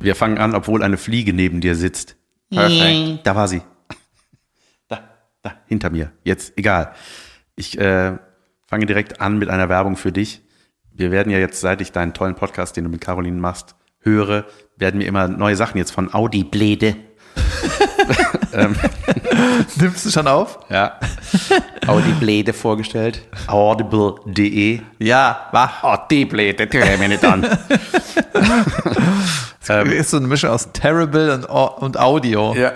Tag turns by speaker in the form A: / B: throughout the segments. A: Wir fangen an, obwohl eine Fliege neben dir sitzt. Perfekt. Da war sie. Da, da, hinter mir. Jetzt, egal. Ich äh, fange direkt an mit einer Werbung für dich. Wir werden ja jetzt, seit ich deinen tollen Podcast, den du mit Caroline machst, höre, werden mir immer neue Sachen jetzt von Audi Blede.
B: Nimmst du schon auf?
A: Ja. Audi Blede vorgestellt. Audible.de.
B: Ja, wach.
A: Audi Blede, die hören wir nicht an. Ähm,
B: ist so eine Mischung aus Terrible und, Au- und Audio.
A: Ja.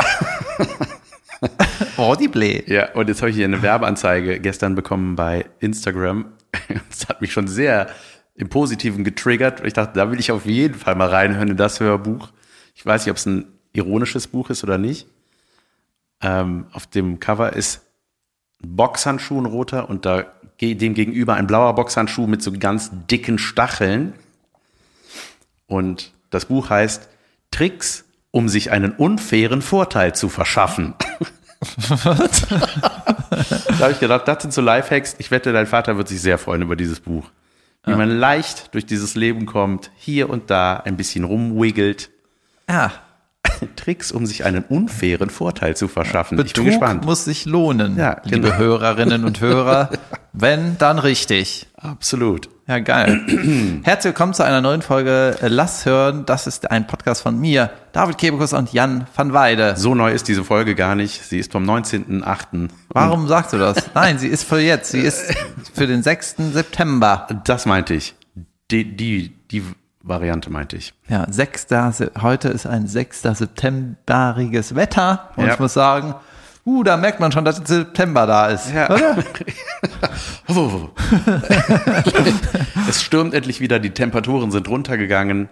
B: Audible.
A: Ja, und jetzt habe ich hier eine Werbeanzeige gestern bekommen bei Instagram. Das hat mich schon sehr im Positiven getriggert. Ich dachte, da will ich auf jeden Fall mal reinhören in das Hörbuch. Ich weiß nicht, ob es ein ironisches Buch ist oder nicht. Ähm, auf dem Cover ist ein Boxhandschuh, ein roter, und da ge- dem gegenüber ein blauer Boxhandschuh mit so ganz dicken Stacheln. Und das Buch heißt Tricks, um sich einen unfairen Vorteil zu verschaffen. Da habe ich gedacht, das sind so Lifehacks. Ich wette, dein Vater wird sich sehr freuen über dieses Buch. Wie man leicht durch dieses Leben kommt, hier und da ein bisschen rumwiggelt.
B: Ja.
A: Tricks, um sich einen unfairen Vorteil zu verschaffen. ich bin
B: Betrug
A: gespannt.
B: muss sich lohnen,
A: Ja,
B: liebe
A: genau.
B: Hörerinnen und Hörer. Wenn, dann richtig.
A: Absolut.
B: Ja, geil. Herzlich willkommen zu einer neuen Folge äh, Lass hören. Das ist ein Podcast von mir, David Kebekus und Jan van Weide.
A: So neu ist diese Folge gar nicht. Sie ist vom 19.08.
B: Warum sagst du das? Nein, sie ist für jetzt. Sie ist für den 6. September.
A: Das meinte ich. Die, die, die Variante meinte ich.
B: Ja, 6. Se- heute ist ein 6. septemberiges Wetter. Und
A: Ja.
B: ich muss sagen, uh, da merkt man schon, dass September da ist. Oder?
A: Oh. es stürmt endlich wieder. Die Temperaturen sind runtergegangen.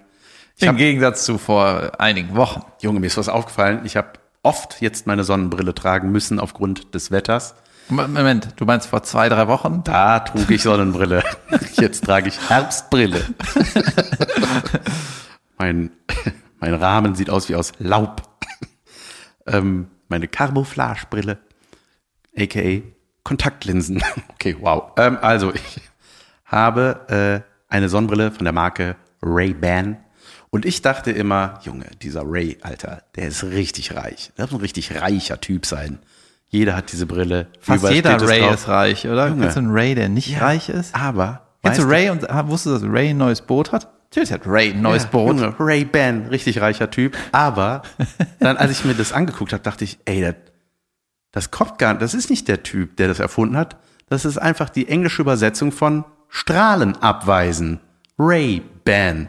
B: Im Gegensatz zu vor einigen Wochen.
A: Junge, mir ist was aufgefallen. Ich habe oft jetzt meine Sonnenbrille tragen müssen aufgrund des Wetters.
B: M- Moment, du meinst vor zwei, drei Wochen?
A: Da trug ich Sonnenbrille. Jetzt trage ich Herbstbrille. mein, mein Rahmen sieht aus wie aus Laub. ähm, meine Camouflagebrille, a.k.a. Kontaktlinsen. okay, wow. Ähm, also, ich habe äh, eine Sonnenbrille von der Marke Ray-Ban. Und ich dachte immer, Junge, dieser Ray, Alter, der ist richtig reich. Der muss ein richtig reicher Typ sein. Jeder hat diese Brille.
B: Fast
A: Überall
B: jeder
A: steht es
B: Ray
A: drauf.
B: ist reich, oder? Kennst du einen Ray, der nicht reich ist?
A: Aber
B: Kennst du
A: weißt
B: Ray und ah, wusstest du, dass Ray ein neues Boot hat? Natürlich hat Ray ein neues
A: Ja,
B: Boot.
A: Junge, Ray Ban, richtig reicher Typ. Aber dann, als ich mir das angeguckt habe, dachte ich, ey, das, das kommt gar nicht. Das ist nicht der Typ, der das erfunden hat. Das ist einfach die englische Übersetzung von Strahlen abweisen. Ray Ban.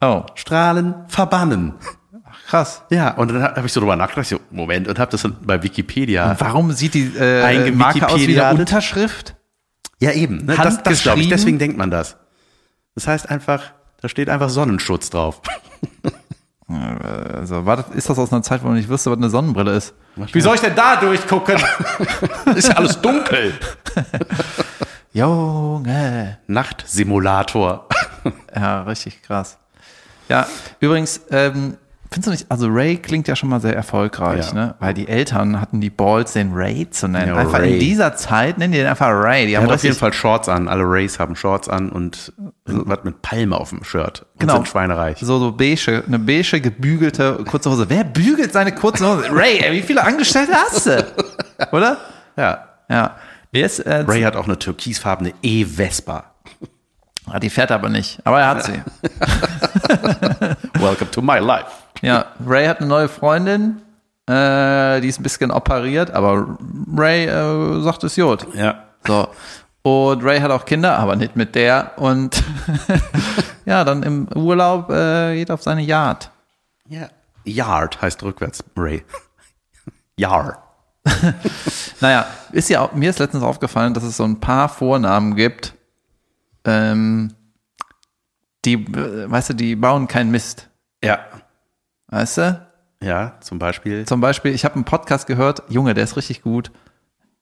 B: Oh,
A: Strahlen verbannen.
B: krass.
A: Ja, und dann habe ich so drüber nachgedacht, so, Moment, und habe das dann bei Wikipedia.
B: Warum sieht die äh,
A: Einge-
B: Marke aus wie eine
A: Wikipedia-
B: Unterschrift?
A: Ja, eben. Ne? Das, das glaube
B: Handgeschrieben?
A: ich. Deswegen denkt man das. Das heißt einfach, da steht einfach Sonnenschutz drauf.
B: Also, war das, ist das aus einer Zeit, wo man nicht wusste, was eine Sonnenbrille ist?
A: Wie soll ich denn da durchgucken? ist ja alles dunkel.
B: Junge.
A: Nachtsimulator.
B: Ja, richtig krass. Ja, übrigens, ähm, findest du nicht, also Ray klingt ja schon mal sehr erfolgreich,
A: Ja.
B: ne? Weil die Eltern hatten die Balls, den Ray zu nennen.
A: Ja,
B: einfach in
A: Ray.
B: dieser Zeit nennen die den einfach Ray. Die
A: Er
B: haben
A: hat auf jeden
B: richtig,
A: Fall Shorts an. Alle Rays haben Shorts an und was mit Palme auf dem Shirt. Und
B: Genau.
A: sind schweinereich.
B: so, so beige, eine beige, gebügelte kurze Hose. Wer bügelt seine kurze Hose? Ray, ey, wie viele Angestellte hast du? Oder?
A: Ja.
B: Ja. Yes, äh,
A: Ray hat auch eine türkisfarbene E-Vespa.
B: ah, die fährt aber nicht. Aber er hat sie.
A: Welcome to my life.
B: Ja, Ray hat eine neue Freundin. Äh, die ist ein bisschen operiert, aber Ray äh, sagt es Jod.
A: Ja.
B: So. Und Ray hat auch Kinder, aber nicht mit der. Und ja, dann im Urlaub äh, geht auf seine Yacht.
A: ja. Yard heißt rückwärts Ray. Yard.
B: Naja, ist ja auch, mir ist letztens aufgefallen, dass es so ein paar Vornamen gibt, ähm, die, äh, weißt du, die bauen keinen Mist.
A: Ja.
B: Weißt du?
A: Ja, zum Beispiel.
B: Zum Beispiel, ich habe einen Podcast gehört, Junge, der ist richtig gut.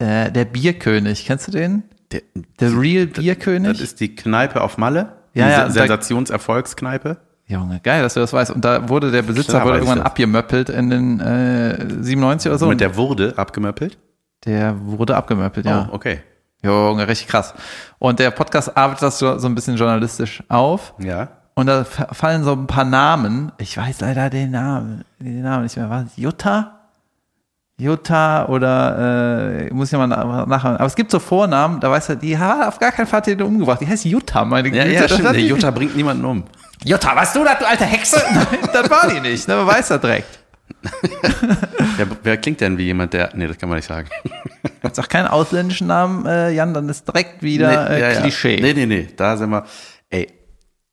B: Äh, der Bierkönig, kennst du den?
A: Der-
B: The Real
A: Das
B: Bierkönig?
A: ist die Kneipe auf Malle.
B: Ja,
A: die
B: ja,
A: Se-
B: und da-
A: Sensationserfolgskneipe.
B: Junge, geil, dass du das weißt. Und da wurde der Besitzer
A: Klar
B: wurde
A: weiß ich
B: irgendwann
A: das.
B: abgemöppelt in den äh, 97 oder so.
A: Mit der wurde abgemöppelt.
B: Der wurde abgemöppelt, ja.
A: Oh, okay.
B: Junge, richtig krass. Und der Podcast arbeitet das so so ein bisschen journalistisch auf.
A: Ja.
B: Und da fa- fallen so ein paar Namen. Ich weiß leider den Namen, den Namen nicht mehr. Was? Jutta? Jutta oder äh, muss ich mal na- nachher. Aber es gibt so Vornamen, da weiß er, die hat auf gar keinen Fall den umgebracht. Die heißt Jutta, meine
A: Ja, ja,
B: Das
A: stimmt.
B: hat
A: Der
B: die-
A: Jutta bringt niemanden um.
B: Jutta, warst du das, du alte Hexe? Nein, das war die nicht. Ne? Man weiß das direkt.
A: Ja, wer klingt denn wie jemand, der. Nee, das kann man nicht sagen.
B: Jetzt auch keinen ausländischen Namen, äh, Jan, dann ist direkt wieder
A: Nee,
B: äh,
A: ja, ja.
B: Klischee.
A: Nee, nee, nee. Da sind wir. Ey,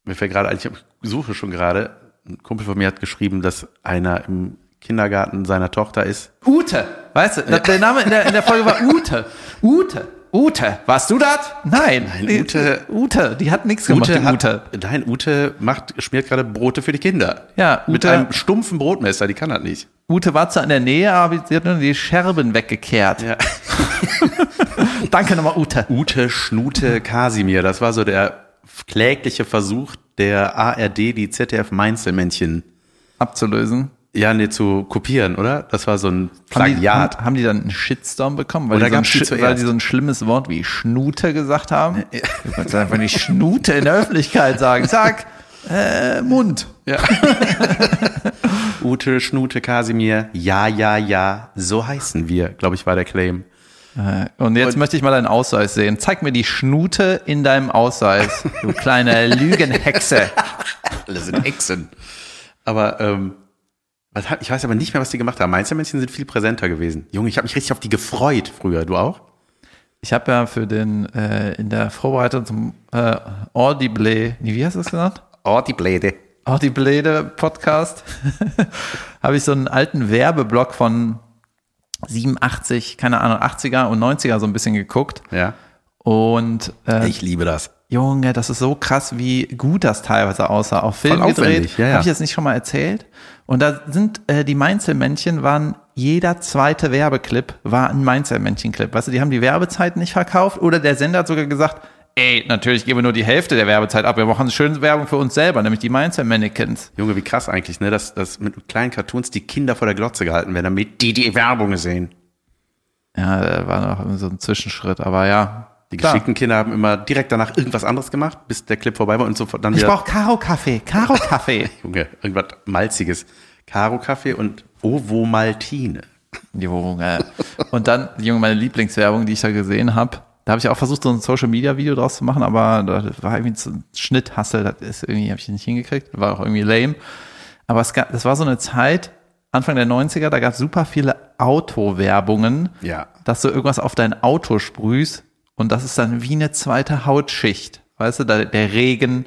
A: mir fällt gerade ein, ich hab- suche schon gerade. Ein Kumpel von mir hat geschrieben, dass einer im Kindergarten seiner Tochter ist.
B: Ute, weißt du, der Name in der, in der Folge war Ute. Ute. Ute, warst du das? Nein. die,
A: Ute-
B: Ute, die hat nichts gemacht, die Ute.
A: Hat, nein, Ute macht, schmiert gerade Brote für die Kinder.
B: Ja,
A: Mit
B: Ute-
A: einem stumpfen Brotmesser, die kann das nicht.
B: Ute war zwar in der Nähe, aber sie hat nur die Scherben weggekehrt.
A: Ja.
B: Danke nochmal, Ute.
A: Ute Schnute Kasimir, das war so der klägliche Versuch der ARD, die ZDF Mainzelmännchen,
B: Abzulösen.
A: ja, nee, zu kopieren, oder? Das war so ein
B: Haben die,
A: Plagiat.
B: haben, haben die dann einen Shitstorm bekommen, weil,
A: Oder
B: die so ein
A: gab's die
B: Schi-
A: zuerst?
B: weil die so ein schlimmes Wort wie Schnute gesagt haben? Ich wollte sagen, Wenn die Schnute in der Öffentlichkeit sagen, sag äh, Mund.
A: Ja. Ute, Schnute, Kasimir, ja, ja, ja, so heißen wir, glaube ich, war der Claim.
B: Äh, Und jetzt möchte ich mal deinen Ausweis sehen. Zeig mir die Schnute in deinem Ausweis, du kleine Lügenhexe.
A: Alle sind Hexen. Aber ähm, was hat- ich weiß aber nicht mehr, was die gemacht haben. Mainzelmännchen sind viel präsenter gewesen. Junge, ich habe mich richtig auf die gefreut früher. Du auch?
B: Ich habe ja für den äh, in der Vorbereitung zum äh, Audible, nee, wie hast du das genannt?
A: Oh, die Bläde.
B: Audible Podcast habe ich so einen alten Werbeblock von 87, keine Ahnung, 80er und 90er so ein bisschen geguckt
A: Ja.
B: und äh,
A: Ich liebe das.
B: Junge, das ist so krass, wie gut das teilweise aussah. Auf Film
A: Voll aufwendig,
B: gedreht.
A: ja, ja.
B: Habe ich jetzt nicht schon mal erzählt? Und da sind äh, die Mainzelmännchen waren jeder zweite Werbeclip war ein Mainzelmännchen-Clip. Weißt du, die haben die Werbezeit nicht verkauft oder der Sender hat sogar gesagt, ey, natürlich geben wir nur die Hälfte der Werbezeit ab. Wir machen schöne Werbung für uns selber, nämlich die Mainzelmännchens.
A: Junge, wie krass eigentlich, ne? Dass, dass mit kleinen Cartoons die Kinder vor der Glotze gehalten werden, damit die die Werbung sehen.
B: Ja, da war noch so ein Zwischenschritt, aber ja.
A: Die
B: Klar.
A: geschickten Kinder haben immer direkt danach irgendwas anderes gemacht, bis der Clip vorbei war und sofort dann
B: Ich
A: wieder
B: brauche Karo-Kaffee, Karo-Kaffee.
A: Junge, irgendwas Malziges. Karo-Kaffee und Ovomaltine.
B: Junge. äh. Und dann, Junge, meine Lieblingswerbung, die ich da gesehen habe. Da habe ich auch versucht, so ein Social-Media-Video draus zu machen, aber da war irgendwie so ein Schnitthassel, das ist irgendwie, habe ich nicht hingekriegt, war auch irgendwie lame. Aber es gab, das war so eine Zeit, Anfang der 90er, da gab es super viele Autowerbungen,
A: Ja.
B: dass du irgendwas auf dein Auto sprühst und das ist dann wie eine zweite Hautschicht. Weißt du, da, der Regen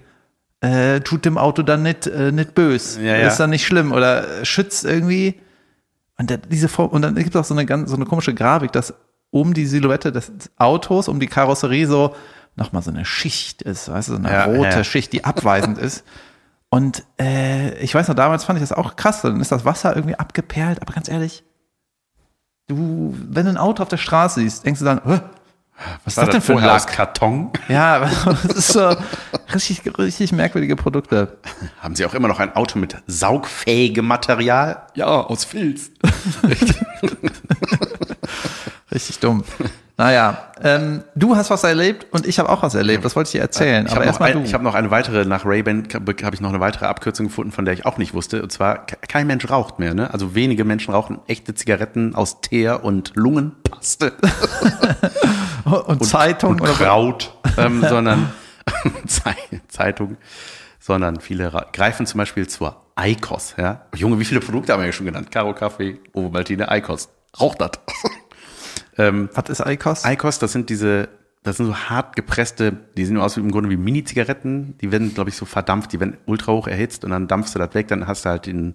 B: äh, tut dem Auto dann nicht, äh, nicht bös.
A: Ja, ja.
B: Ist dann nicht schlimm oder äh, schützt irgendwie. Und, da, diese Form, und dann gibt es auch so eine, ganz, so eine komische Grafik, dass um die Silhouette des Autos, um die Karosserie so nochmal so eine Schicht ist, weißt du, so eine
A: Ja,
B: rote
A: ja.
B: Schicht, die abweisend ist. Und äh, ich weiß noch, damals fand ich das auch krass. Dann ist das Wasser irgendwie abgeperlt. Aber ganz ehrlich, du, wenn du ein Auto auf der Straße siehst, denkst du dann, "Hä? was ist das denn für ein
A: vorher aus
B: Lack?
A: Karton?
B: Ja, das ist so richtig, richtig merkwürdige Produkte.
A: Haben sie auch immer noch ein Auto mit saugfähigem Material? Ja, aus Filz.
B: Richtig dumm. Naja, ähm, du hast was erlebt und ich habe auch was erlebt. Das wollte ich dir erzählen.
A: Ich
B: aber
A: habe noch,
B: erstmal
A: ein,
B: du.
A: ich hab noch eine weitere, nach Ray-Ban habe ich noch eine weitere Abkürzung gefunden, von der ich auch nicht wusste. Und zwar, ke- kein Mensch raucht mehr, ne? Also wenige Menschen rauchen echte Zigaretten aus Teer und Lungenpaste
B: Oh, und, Zeitung
A: und
B: oder
A: Kraut, ähm, sondern Zei- Zeitung, sondern viele ra- greifen zum Beispiel zur Eikos, ja. Junge, wie viele Produkte haben wir hier schon genannt? Karo Kaffee, Ovo Maltine, Eikos. Raucht das. ähm,
B: was ist Eikos?
A: Eikos, das sind diese, das sind so hart gepresste, die sehen aus wie- im Grunde wie Mini-Zigaretten. Die werden, glaube ich, so verdampft, die werden ultra hoch erhitzt und dann dampfst du das weg, dann hast du halt den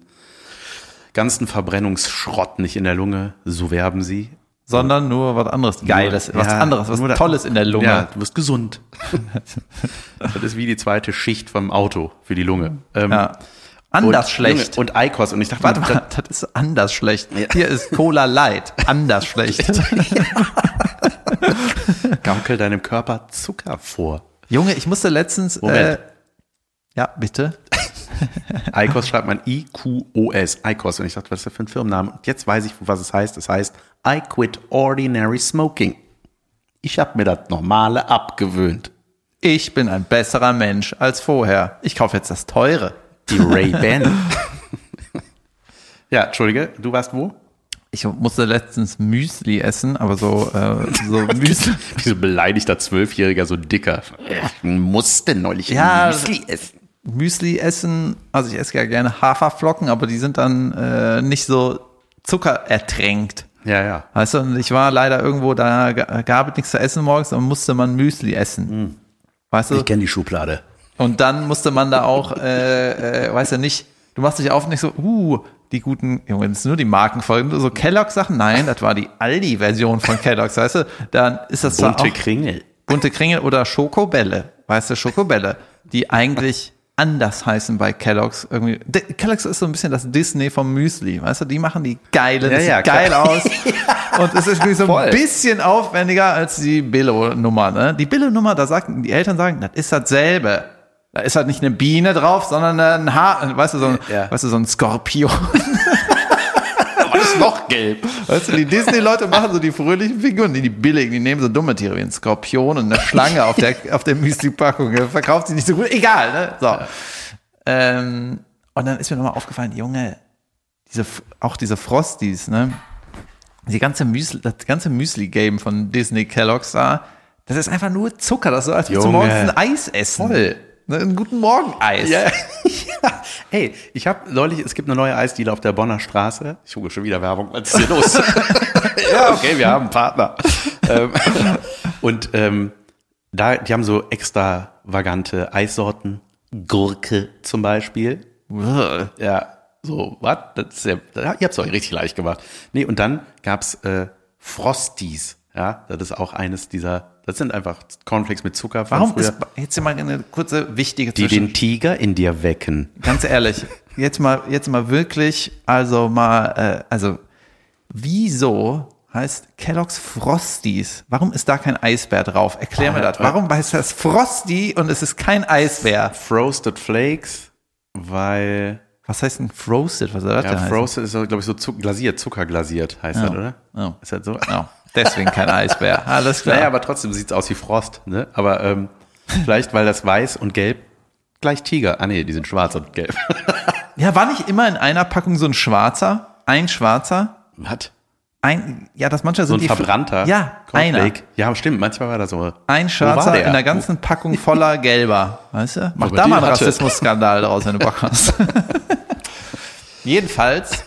A: ganzen Verbrennungsschrott nicht in der Lunge. So werben sie.
B: Sondern nur was anderes Geiles, was
A: Ja,
B: anderes, was
A: nur da-
B: Tolles in der Lunge.
A: Ja, du wirst gesund. das ist wie die zweite Schicht vom Auto für die Lunge. Ähm,
B: Ja. Anders
A: und,
B: schlecht.
A: Junge, und Eikos. Und ich dachte,
B: Warte
A: mir,
B: mal, das ist anders schlecht. Hier ist Cola Light. Anders schlecht.
A: das gaukel deinem Körper Zucker vor.
B: Junge, ich musste letztens.
A: Moment.
B: Äh, ja, bitte.
A: Eikos schreibt man I-Q-O-S. Eikos. Und ich dachte, was ist das für ein Firmenname? Und jetzt weiß ich, was es heißt. Es heißt I quit ordinary smoking. Ich habe mir das Normale abgewöhnt.
B: Ich bin ein besserer Mensch als vorher. Ich kaufe jetzt das teure.
C: Die Ray-Ban.
A: Ja, Entschuldige, du warst wo?
B: Ich musste letztens Müsli essen, aber so, äh, so Müsli.
A: Wieso beleidigter Zwölfjähriger, so dicker?
C: Ich musste neulich
B: Ja,
C: Müsli essen.
B: Müsli essen, also ich esse ja gerne Haferflocken, aber die sind dann äh, nicht so zuckerertränkt.
A: Ja, ja.
B: Weißt du, und ich war leider irgendwo, da ga- gab es nichts zu essen morgens und musste man Müsli essen. Weißt du?
C: Ich kenne die Schublade.
B: Und dann musste man da auch, äh, äh, weißt du nicht, du machst dich auf und nicht so, uh, die guten, Junge, das sind nur die Markenfolgen, so Kellogg-Sachen, nein, das war die Aldi-Version von Kellogg's, weißt du, dann ist das zwar
A: Bunte
B: auch
A: Kringel.
B: bunte Kringel oder Schokobälle, weißt du, Schokobälle, die eigentlich anders heißen bei Kellogg's irgendwie. D Kellogg's ist so ein bisschen das Disney vom Müsli, weißt du, die machen die geilen,
A: Ja,
B: das
A: ja,
B: sieht geil aus und es ist irgendwie so
C: Voll.
B: ein bisschen aufwendiger als die Billo-Nummer, ne? Die Billo-Nummer, da sagten die Eltern sagen, das ist dasselbe. Da ist halt nicht eine Biene drauf, sondern ein Haar, weißt du, so ein,
A: Ja.
B: weißt du, so ein Skorpion.
A: Aber das ist noch gelb.
B: Weißt du, die Disney-Leute machen so die fröhlichen Figuren, die, die billigen, die nehmen so dumme Tiere wie einen Skorpion und eine Schlange auf der, auf der Müsli-Packung. Ja, Verkauft sie nicht so gut, egal, ne? So. Ähm, und dann ist mir nochmal aufgefallen, Junge, diese, F- auch diese Frosties, ne? Die ganze Müsli, das ganze Müsli-Game von Disney Kellogg's da, das ist einfach nur Zucker, das ist so, als würdest du
A: Junge.
B: morgens ein Eis essen. Voll. Ne, einen guten Morgen-Eis.
A: Ja. ja. Hey, ich habe neulich, es gibt eine neue Eisdiele auf der Bonner Straße. Ich gucke schon wieder Werbung. Was ist hier los? ja, okay, wir haben einen Partner. Ähm, und ähm, da, die haben so extravagante Eissorten. Gurke zum Beispiel.
B: Uah.
A: Ja, so, was? Das ist ja, da- ihr habt es euch richtig leicht gemacht. Nee, und dann gab's äh, Frosties. Ja, das ist auch eines dieser, das sind einfach Cornflakes mit Zucker. von
B: Warum
A: früher,
B: ist, jetzt hier mal eine kurze, wichtige
A: die
B: Zwischen-
A: den Tiger in dir wecken?
B: ganz ehrlich, jetzt mal, jetzt mal wirklich, also mal, äh, also wieso heißt Kellogg's Frosties? Warum ist da kein Eisbär drauf? Erklär mir das. Warum heißt das Frosty und es ist kein Eisbär?
A: Frosted Flakes, weil
B: Was heißt denn Frosted? Was soll das
A: ja,
B: denn heißen?
A: Frosted ist, glaube ich, so zu, glasiert, zuckerglasiert heißt das, oder?
B: Oh, Ja.
A: Ist das so?
B: Ja, deswegen kein Eisbär. Alles klar.
A: Naja, aber trotzdem sieht's aus wie Frost, ne? Aber ähm, vielleicht, weil das weiß und gelb gleich Tiger. Ah, nee, die sind schwarz und gelb.
B: ja, war nicht immer in einer Packung so ein schwarzer? Ein schwarzer?
A: Was?
B: Ein, ja, das manchmal
A: So
B: sind
A: ein
B: die
A: verbrannter
B: Ja, einer.
A: Cornflake. Ja, stimmt. Manchmal war das so.
B: Ein
A: Wo war
B: Schwarzer
A: der?
B: in der ganzen Packung voller Gelber. Weißt du? Mach
A: Aber
B: da
A: die
B: mal einen
A: hatte-
B: Rassismusskandal draus, wenn du Bock hast. Jedenfalls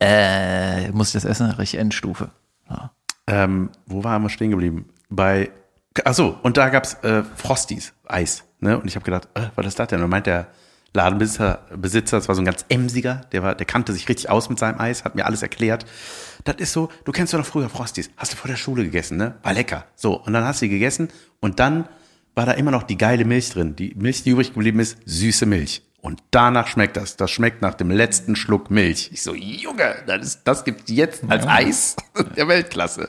B: äh, muss ich das essen, richtig Endstufe.
A: Ähm, wo waren wir stehen geblieben? Bei. Ach so, und da gab's äh, Frosties, Eis. Ne? Und ich habe gedacht, äh, was ist das denn? Und meint der Ladenbesitzer, Besitzer, das war so ein ganz emsiger, der, war, der kannte sich richtig aus mit seinem Eis, hat mir alles erklärt. Das ist so, du kennst doch noch früher Frosties. Hast du vor der Schule gegessen, ne? War lecker. So, und dann hast du die gegessen und dann war da immer noch die geile Milch drin. Die Milch, die übrig geblieben ist, süße Milch. Und danach schmeckt das. Das schmeckt nach dem letzten Schluck Milch. Ich so, Junge, das, ist, das gibt's jetzt als Eis der Weltklasse.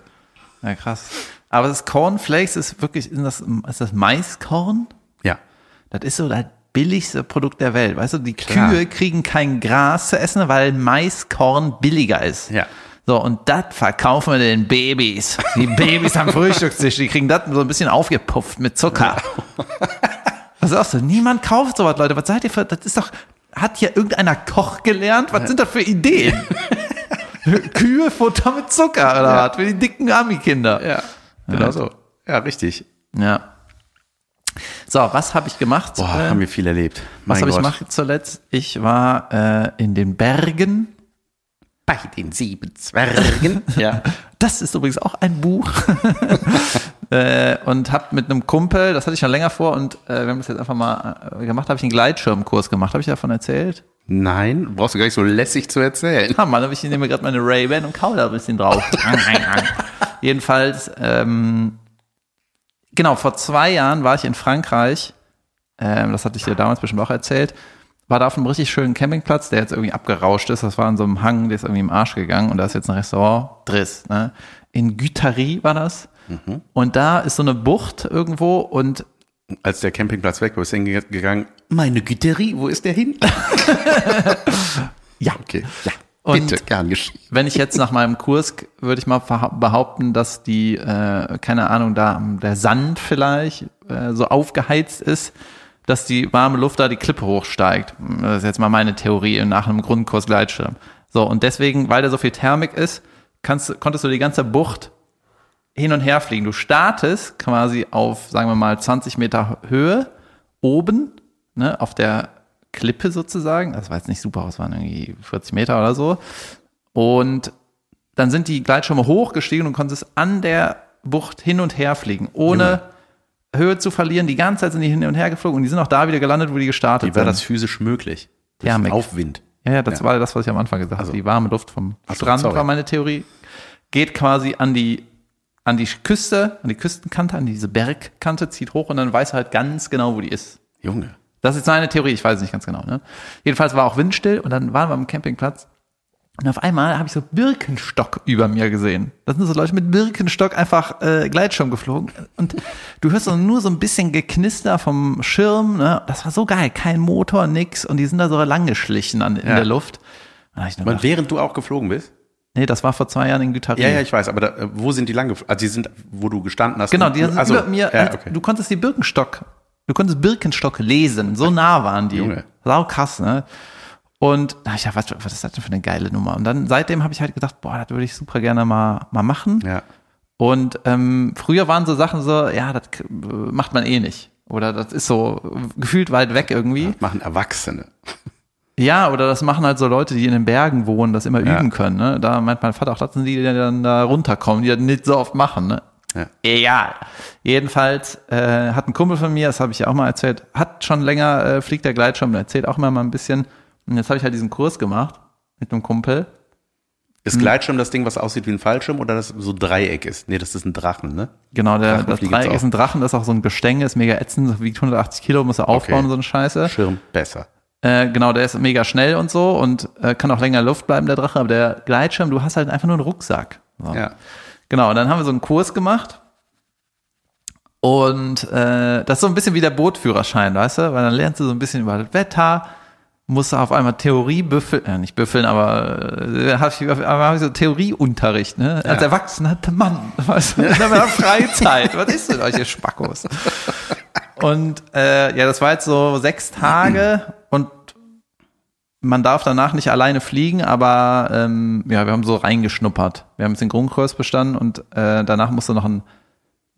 B: Ja, krass. Aber das Cornflakes ist wirklich, ist das, ist das Maiskorn?
A: Ja.
B: Das ist so das billigste Produkt der Welt. Weißt du, die
A: Klar.
B: Kühe kriegen kein Gras zu essen, weil Maiskorn billiger ist.
A: Ja.
B: So, und das verkaufen wir den Babys. Die Babys am Frühstückstisch, die kriegen das so ein bisschen aufgepufft mit Zucker. Was sagst du? Niemand kauft sowas, Leute. Was seid ihr für, das ist doch, hat hier irgendeiner Koch gelernt? Was sind das für Ideen? Kühe Futter mit Zucker oder was? Für die dicken Ami-Kinder.
A: Ja, genau so. Ja, richtig.
B: Ja. So, was habe ich gemacht?
A: Boah,
B: Ähm,
A: haben wir viel erlebt.
B: was
A: Mein
B: habe ich
A: Gott.
B: gemacht zuletzt? Ich war äh, in den Bergen.
A: Bei den sieben Zwergen. ja.
B: Das ist übrigens auch ein Buch. äh, und habe mit einem Kumpel, das hatte ich schon länger vor und äh, wir haben das jetzt einfach mal äh, gemacht, habe ich einen Gleitschirmkurs gemacht. Habe ich davon erzählt?
A: Nein, brauchst du gar nicht so lässig zu erzählen.
B: Ah, Mann, aber ich nehme gerade meine Ray-Ban und kau da ein bisschen drauf. Jedenfalls, ähm, genau, vor zwei Jahren war ich in Frankreich, ähm, das hatte ich dir damals bestimmt auch erzählt, war da auf einem richtig schönen Campingplatz, der jetzt irgendwie abgerauscht ist. Das war an so einem Hang, der ist irgendwie im Arsch gegangen und da ist jetzt ein Restaurant, Driss, ne? In Güterie war das. Und da ist so eine Bucht irgendwo und
A: Als der Campingplatz weg war, ist hingegangen. Meine Güterie, wo ist der hin?
B: ja,
A: Okay. Ja,
B: Und-
A: bitte, gern geschehen.
B: wenn ich jetzt nach meinem Kurs würde ich mal verha- behaupten, dass die, äh, keine Ahnung, da am- der Sand vielleicht äh, so aufgeheizt ist, dass die warme Luft da die Klippe hochsteigt. Das ist jetzt mal meine Theorie nach einem Grundkurs Gleitschirm. So, und deswegen, weil da so viel Thermik ist, kannst, du- konntest du die ganze Bucht hin und her fliegen. Du startest quasi auf, sagen wir mal, 20 Meter Höhe oben, ne, auf der Klippe sozusagen. Das war jetzt nicht super, es waren irgendwie 40 Meter oder so. Und dann sind die Gleitschirme hochgestiegen und konntest an der Bucht hin und her fliegen, ohne Höhe zu verlieren. Die ganze Zeit sind die hin und her geflogen und die sind auch da wieder gelandet, wo die gestartet
A: Wie war
B: sind.
A: das physisch möglich? Durch
B: Thermik.
A: Aufwind.
B: Ja, ja, das war das, was ich am Anfang gesagt habe. Die warme Luft vom Strand
A: sorry.
B: war meine Theorie. Geht quasi an die, an die Küste, an die Küstenkante, an diese Bergkante, zieht hoch und dann weiß er halt ganz genau, wo die ist.
A: Junge.
B: Das ist seine Theorie, ich weiß es nicht ganz genau. Ne? Jedenfalls war auch windstill und dann waren wir am Campingplatz und auf einmal habe ich so Birkenstock über mir gesehen. Das sind so Leute mit Birkenstock einfach äh, Gleitschirm geflogen und du hörst so nur so ein bisschen Geknister vom Schirm. Ne? Das war so geil, kein Motor, nix und die sind da so lang geschlichen an, in
A: Ja.
B: der Luft. Da hab ich nur
A: Und
B: gedacht,
A: während du auch geflogen bist?
B: nee, das war vor zwei Jahren in Güterin.
A: Ja, ja, ich weiß, aber da, äh, wo sind die lang geflogen? Also die sind, wo du gestanden hast.
B: Genau,
A: und-
B: die sind
A: also,
B: über mir.
A: Ja,
B: halt,
A: okay.
B: Du konntest die Birkenstock, du konntest Birkenstock lesen. So nah waren die.
A: Junge.
B: Sau krass, ne? Und da hab ich ja, was, was ist das denn für eine geile Nummer? Und dann seitdem habe ich halt gedacht, boah, das würde ich super gerne mal, mal machen.
A: ja.
B: Und ähm, früher waren so Sachen so, ja, das k- macht man eh nicht. Oder das ist so gefühlt weit weg irgendwie.
A: Machen Erwachsene.
B: Ja, oder das machen halt so Leute, die in den Bergen wohnen, das immer
A: Ja.
B: üben können. Ne? Da meint mein Vater auch, das sind die, die dann da runterkommen, die das nicht so oft machen. Ne?
A: Ja.
B: Egal. Jedenfalls äh, hat ein Kumpel von mir, das habe ich ja auch mal erzählt, hat schon länger, äh, fliegt der Gleitschirm, der erzählt auch immer mal ein bisschen. Und jetzt habe ich halt diesen Kurs gemacht mit einem Kumpel. Hm.
A: Ist Gleitschirm das Ding, was aussieht wie ein Fallschirm oder das so Dreieck ist? Nee, das ist ein Drachen, ne?
B: Genau, der, das
A: Drachenfliege
B: Dreieck
A: gibt's
B: ist ein Drachen, das ist auch so ein Gestänge, ist mega ätzend, wiegt 180 Kilo, muss er aufbauen,
A: Okay.
B: so eine Scheiße.
A: Schirm besser.
B: Äh, genau, der ist mega schnell und so und äh, kann auch länger in der Luft bleiben, der Drache. Aber der Gleitschirm, du hast halt einfach nur einen Rucksack. So.
A: Ja.
B: Genau, und dann haben wir so einen Kurs gemacht. Und äh, das ist so ein bisschen wie der Bootführerschein, weißt du? Weil dann lernst du so ein bisschen über das Wetter, musst du auf einmal Theorie büffeln, äh, nicht büffeln, aber äh, hab ich, auf einmal hab ich so Theorieunterricht, ne? Als Erwachsener, Mann, weißt du? Ja. Dann haben Freizeit. Was ist denn euch, ihr Spackos? Und äh, ja, das war jetzt so sechs Tage und man darf danach nicht alleine fliegen, aber ähm, ja, wir haben so reingeschnuppert. Wir haben jetzt den Grundkurs bestanden und äh, danach musst du noch ein,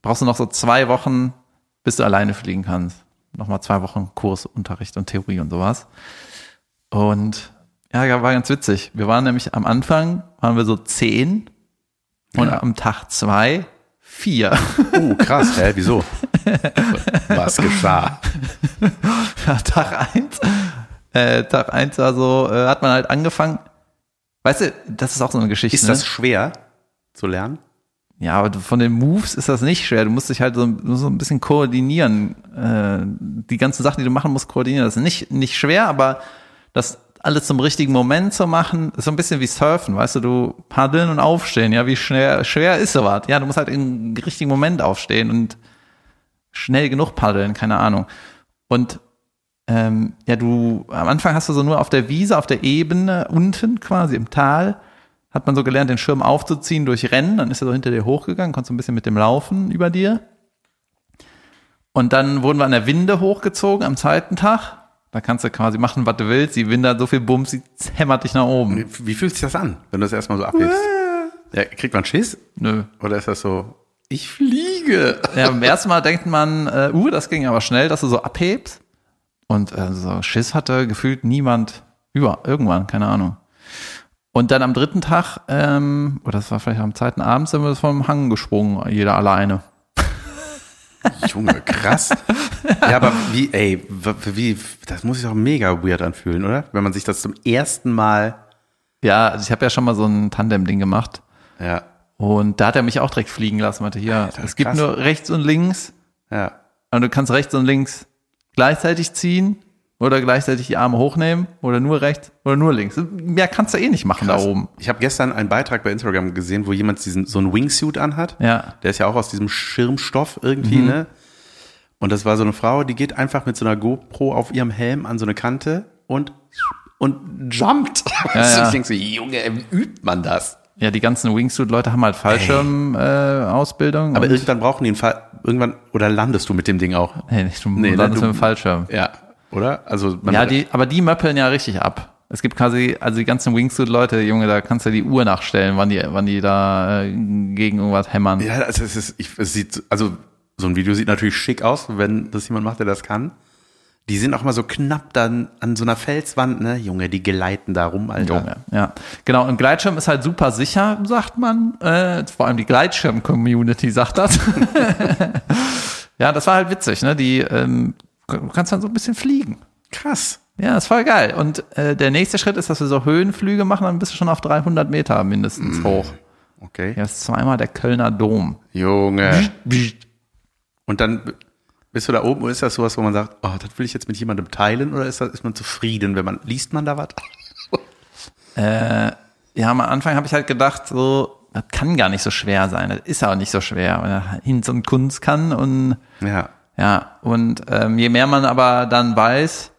B: brauchst du noch so zwei Wochen, bis du alleine fliegen kannst. Nochmal zwei Wochen Kurs, Unterricht und Theorie und sowas. Und ja, war ganz witzig. Wir waren nämlich am Anfang, waren wir so zehn und am Tag zwei vier.
A: Oh, krass. Hä, wieso? Was geschah?
B: Ja, Tag eins, Äh, Tag eins war so, äh, hat man halt angefangen. Weißt du, das ist auch so eine Geschichte.
A: Ist
B: ne?
A: das schwer zu lernen?
B: Ja, aber du- von den Moves ist das nicht schwer. Du musst dich halt so, du musst so ein bisschen koordinieren. Äh, die ganzen Sachen, die du machen musst, koordinieren. Das ist nicht, nicht schwer, aber das alles zum richtigen Moment zu machen, ist so ein bisschen wie Surfen, weißt du, du paddeln und aufstehen. Ja, wie schwer, schwer ist sowas? Ja, du musst halt im richtigen Moment aufstehen und schnell genug paddeln, keine Ahnung. Und ähm, ja, du, am Anfang hast du so nur auf der Wiese, auf der Ebene, unten quasi im Tal, hat man so gelernt, den Schirm aufzuziehen durch Rennen, dann ist er so hinter dir hochgegangen, konntest so ein bisschen mit dem Laufen über dir. Und dann wurden wir an der Winde hochgezogen am zweiten Tag. Da kannst du quasi machen, was du willst. Die Winde hat so viel Bums, sie hämmert dich nach oben.
A: Wie fühlt sich das an, wenn du das erstmal so abhebst? Ja, kriegt man Schiss?
B: Nö.
A: Oder ist das so, ich fliege?
B: Ja, beim ersten Mal denkt man, äh, uh, das ging aber schnell, dass du so abhebst. Und äh, so Schiss hatte gefühlt niemand über, irgendwann, keine Ahnung. Und dann am dritten Tag, ähm, oder das war vielleicht am zweiten Abend, sind wir vom Hang gesprungen, jeder alleine.
A: Junge, krass. ja, aber wie, ey, w- wie, das muss sich doch mega weird anfühlen, oder? Wenn man sich das zum ersten Mal,
B: Ja, also ich habe ja schon mal so ein Tandem-Ding gemacht.
A: ja,
B: Und da hat er mich auch direkt fliegen lassen, meinte, hier, es gibt
A: krass.
B: nur rechts und links.
A: ja,
B: Und du kannst rechts und links gleichzeitig ziehen oder gleichzeitig die Arme hochnehmen oder nur rechts oder nur links. Mehr kannst du eh nicht machen
A: Krass.
B: da oben.
A: Ich habe gestern einen Beitrag bei Instagram gesehen, wo jemand diesen, so einen Wingsuit anhat.
B: Ja.
A: Der ist ja auch aus diesem Schirmstoff irgendwie,
B: Mhm.
A: ne? Und das war so eine Frau, die geht einfach mit so einer GoPro auf ihrem Helm an so eine Kante und, und jumpt. Weißt du,
B: ja.
A: Ich denke so, Junge, ey, wie übt man das?
B: Ja, die ganzen Wingsuit-Leute haben halt Fallschirm-Ausbildung.
A: Aber irgendwann brauchen die einen Fall, irgendwann, oder landest du mit dem Ding auch?
B: Nee, nicht, du
A: ne,
B: landest
A: du-
B: mit dem Fallschirm.
A: Ja, oder? Also man
B: Ja, die, aber die möppeln ja richtig ab. Es gibt quasi, also die ganzen Wingsuit-Leute, Junge, da kannst du die Uhr nachstellen, wann die, wann die da äh, gegen irgendwas hämmern.
A: ja also es, ist, ich, es sieht, also so ein Video sieht natürlich schick aus, wenn das jemand macht, der das kann. Die sind auch mal so knapp dann an so einer Felswand, ne? Junge, die geleiten da rum, Alter.
B: Junge, ja. Genau, und Gleitschirm ist halt super sicher, sagt man. Äh, vor allem die Gleitschirm-Community sagt das. ja, das war halt witzig, ne? Die, ähm, du kannst dann so ein bisschen fliegen.
A: Krass.
B: Ja, ist voll geil. Und äh, der nächste Schritt ist, dass wir so Höhenflüge machen, dann bist du schon auf 300 Meter mindestens hoch.
A: Okay.
B: Ja, das ist zweimal der Kölner Dom.
A: Junge. Und dann bist du da oben, oder ist das sowas, wo man sagt, oh, das will ich jetzt mit jemandem teilen, oder ist, das, ist man zufrieden, wenn man, liest man da was?
B: Ja, am Anfang habe ich halt gedacht, so, das kann gar nicht so schwer sein. Das ist auch nicht so schwer, wenn er Hinz und Kunst kann und
A: Ja.
B: ja, und ähm, je mehr man aber dann weiß,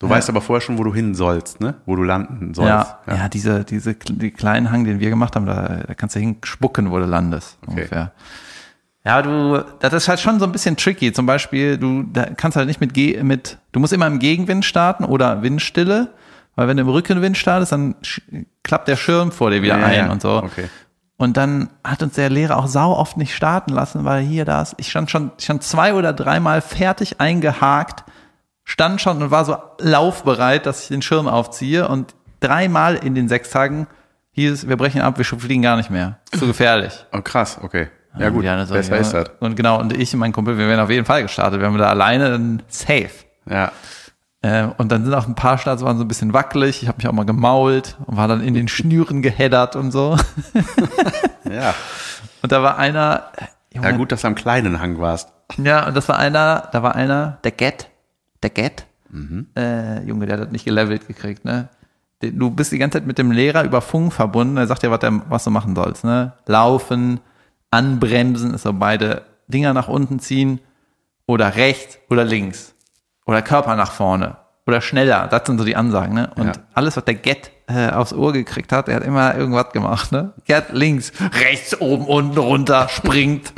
A: Du weißt aber vorher schon, wo du hin sollst, ne? Wo du landen sollst.
B: ja, ja. diese, diese die kleinen Hang, den wir gemacht haben, da, da kannst du hinspucken, wo du landest. Ungefähr. Ja, du, das ist halt schon so ein bisschen tricky. Zum Beispiel, du da kannst halt nicht mit, Ge- mit, du musst immer im Gegenwind starten oder Windstille, weil wenn du im Rückenwind startest, dann sch- klappt der Schirm vor dir wieder
A: Ja,
B: ein
A: ja.
B: und so.
A: Okay.
B: Und dann hat uns der Lehrer auch sau oft nicht starten lassen, weil hier das, ich stand schon, ich stand zwei oder dreimal fertig eingehakt, stand schon und war so laufbereit, dass ich den Schirm aufziehe und dreimal in den sechs Tagen hieß, wir brechen ab, wir fliegen gar nicht mehr. Ist zu gefährlich.
A: Oh, krass, okay. Ja, gut.
B: Und die anderen so,
A: Besser
B: ja.
A: ist das.
B: Und genau, und ich und mein Kumpel, wir wären auf jeden Fall gestartet. Wären wir da alleine, dann safe.
A: Ja.
B: Äh, und dann sind auch ein paar Starts waren so ein bisschen wackelig. Ich habe mich auch mal gemault und war dann in den Schnüren geheddert und so.
A: Ja.
B: Und da war einer, Junge,
A: Ja, gut, dass du am kleinen Hang warst.
B: Ja, und das war einer, da war einer, der Get, der Get, äh, Junge, der hat das nicht gelevelt gekriegt, ne? Den- Du bist die ganze Zeit mit dem Lehrer über Funk verbunden, er sagt dir, was, der, was du machen sollst, ne? Laufen, anbremsen, ist so beide Dinger nach unten ziehen oder rechts oder links oder Körper nach vorne oder schneller, das sind so die Ansagen, ne? Und
A: Ja.
B: alles, was der Get äh, aufs Ohr gekriegt hat, er hat immer irgendwas gemacht, ne? Get links, rechts, oben, unten, runter, springt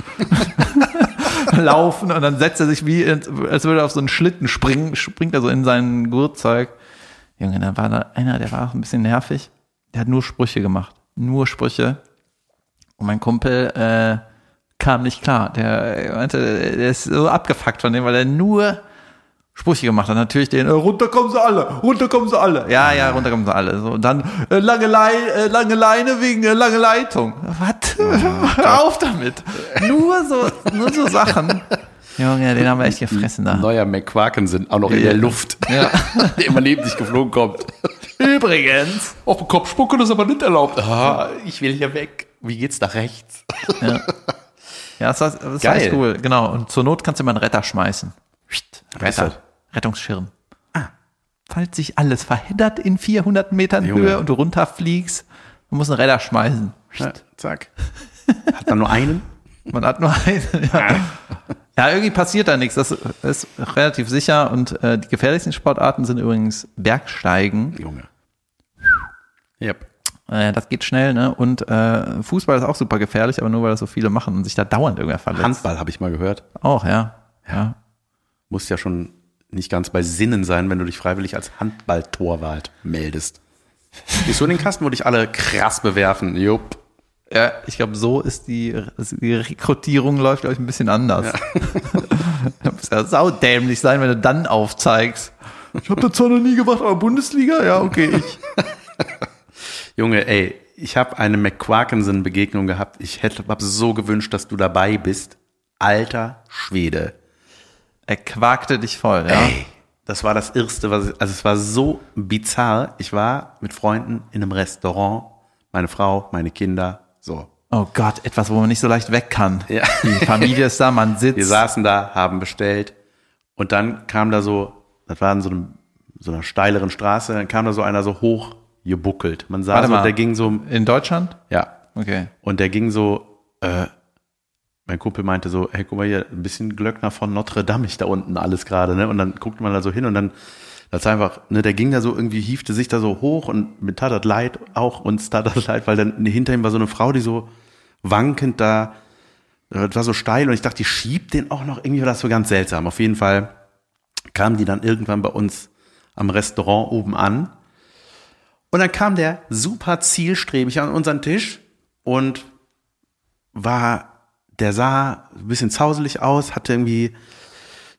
B: laufen und dann setzt er sich wie, ins, als würde er auf so einen Schlitten springen, springt er so in sein Gurtzeug. Junge, da war da einer, der war auch ein bisschen nervig. Der hat nur Sprüche gemacht. Nur Sprüche. Und mein Kumpel äh, kam nicht klar. Der äh, meinte, der ist so abgefuckt von dem, weil er nur Sprüche gemacht hat. Natürlich den, äh, runter kommen sie alle, runter kommen sie alle. Ja, ja, runter kommen sie alle. So, und dann äh, lange, Lei äh, lange Leine wegen äh, lange Leitung. Was? Hör auf damit. Nur so, nur so Sachen. Junge, den haben wir echt gefressen da.
A: Neuer McQuaken sind auch noch in
B: Ja.
A: der Luft,
B: Ja.
A: der immer neben dich geflogen kommt.
B: Übrigens.
A: Auf den Kopf spucken, das ist aber nicht erlaubt. Ah, ich will hier weg. Wie geht's nach rechts?
B: Ja, das war, das war
A: Geil.
B: echt cool. Genau. Und zur Not kannst du mal einen Retter schmeißen. Psst,
A: Was ist
B: Retter. Rettungsschirm. Ah. Falls sich alles verheddert in 400 Metern
A: Junge.
B: Höhe und du runterfliegst, man muss einen Retter schmeißen.
A: Ja, zack. Hat man nur einen?
B: Man hat nur einen. Ja, ja irgendwie passiert da nichts. Das ist relativ sicher. Und äh, die gefährlichsten Sportarten sind übrigens Bergsteigen.
A: Junge. Yep.
B: Äh, das geht schnell, ne? Und äh, Fußball ist auch super gefährlich, aber nur weil das so viele machen und sich da dauernd irgendwer verletzt.
A: Handball habe ich mal gehört.
B: Auch, ja. ja.
A: Muss ja schon nicht ganz bei Sinnen sein, wenn du dich freiwillig als Handballtorwart meldest. Gehst du in den Kasten, wo dich alle krass bewerfen? Jupp.
B: Ja, ich glaube, so ist die, also die Rekrutierung läuft euch ein bisschen anders. Ja. muss ja saudämlich sein, wenn du dann aufzeigst. Ich habe das zwar noch nie gemacht, aber Bundesliga, ja, okay, ich.
A: Junge, ey, ich habe eine McQuarkensen-Begegnung gehabt. Ich hätte hab so gewünscht, dass du dabei bist. Alter Schwede.
B: Er quakte dich voll, ja.
A: Ey, das war das Irrste, was ich, also es war so bizarr. Ich war mit Freunden in einem Restaurant, meine Frau, meine Kinder, so.
B: Oh Gott, etwas, wo man nicht so leicht weg kann.
A: Ja.
B: Die Familie ist da, man sitzt.
A: Wir saßen da, haben bestellt und dann kam da so, das war in so, einem, so einer steileren Straße, dann kam da so einer so hoch gebuckelt. Man sah
B: Warte
A: so,
B: mal.
A: der ging so,
B: In Deutschland?
A: ja,
B: Okay.
A: Und der ging so, äh, mein Kumpel meinte so, hey, guck mal hier, ein bisschen Glöckner von Notre Dame ich da unten alles gerade, ne? Und dann guckte man da so hin und dann, das war einfach, ne, der ging da so irgendwie, hiefte sich da so hoch und mit Tadat Leid auch und Tadat Leid, weil dann hinter ihm war so eine Frau, die so wankend da Das war so steil und ich dachte, die schiebt den auch noch. Irgendwie war das so ganz seltsam. Auf jeden Fall kamen die dann irgendwann bei uns am Restaurant oben an. Und dann kam der super zielstrebig an unseren Tisch und war, der sah ein bisschen zauselig aus, hatte irgendwie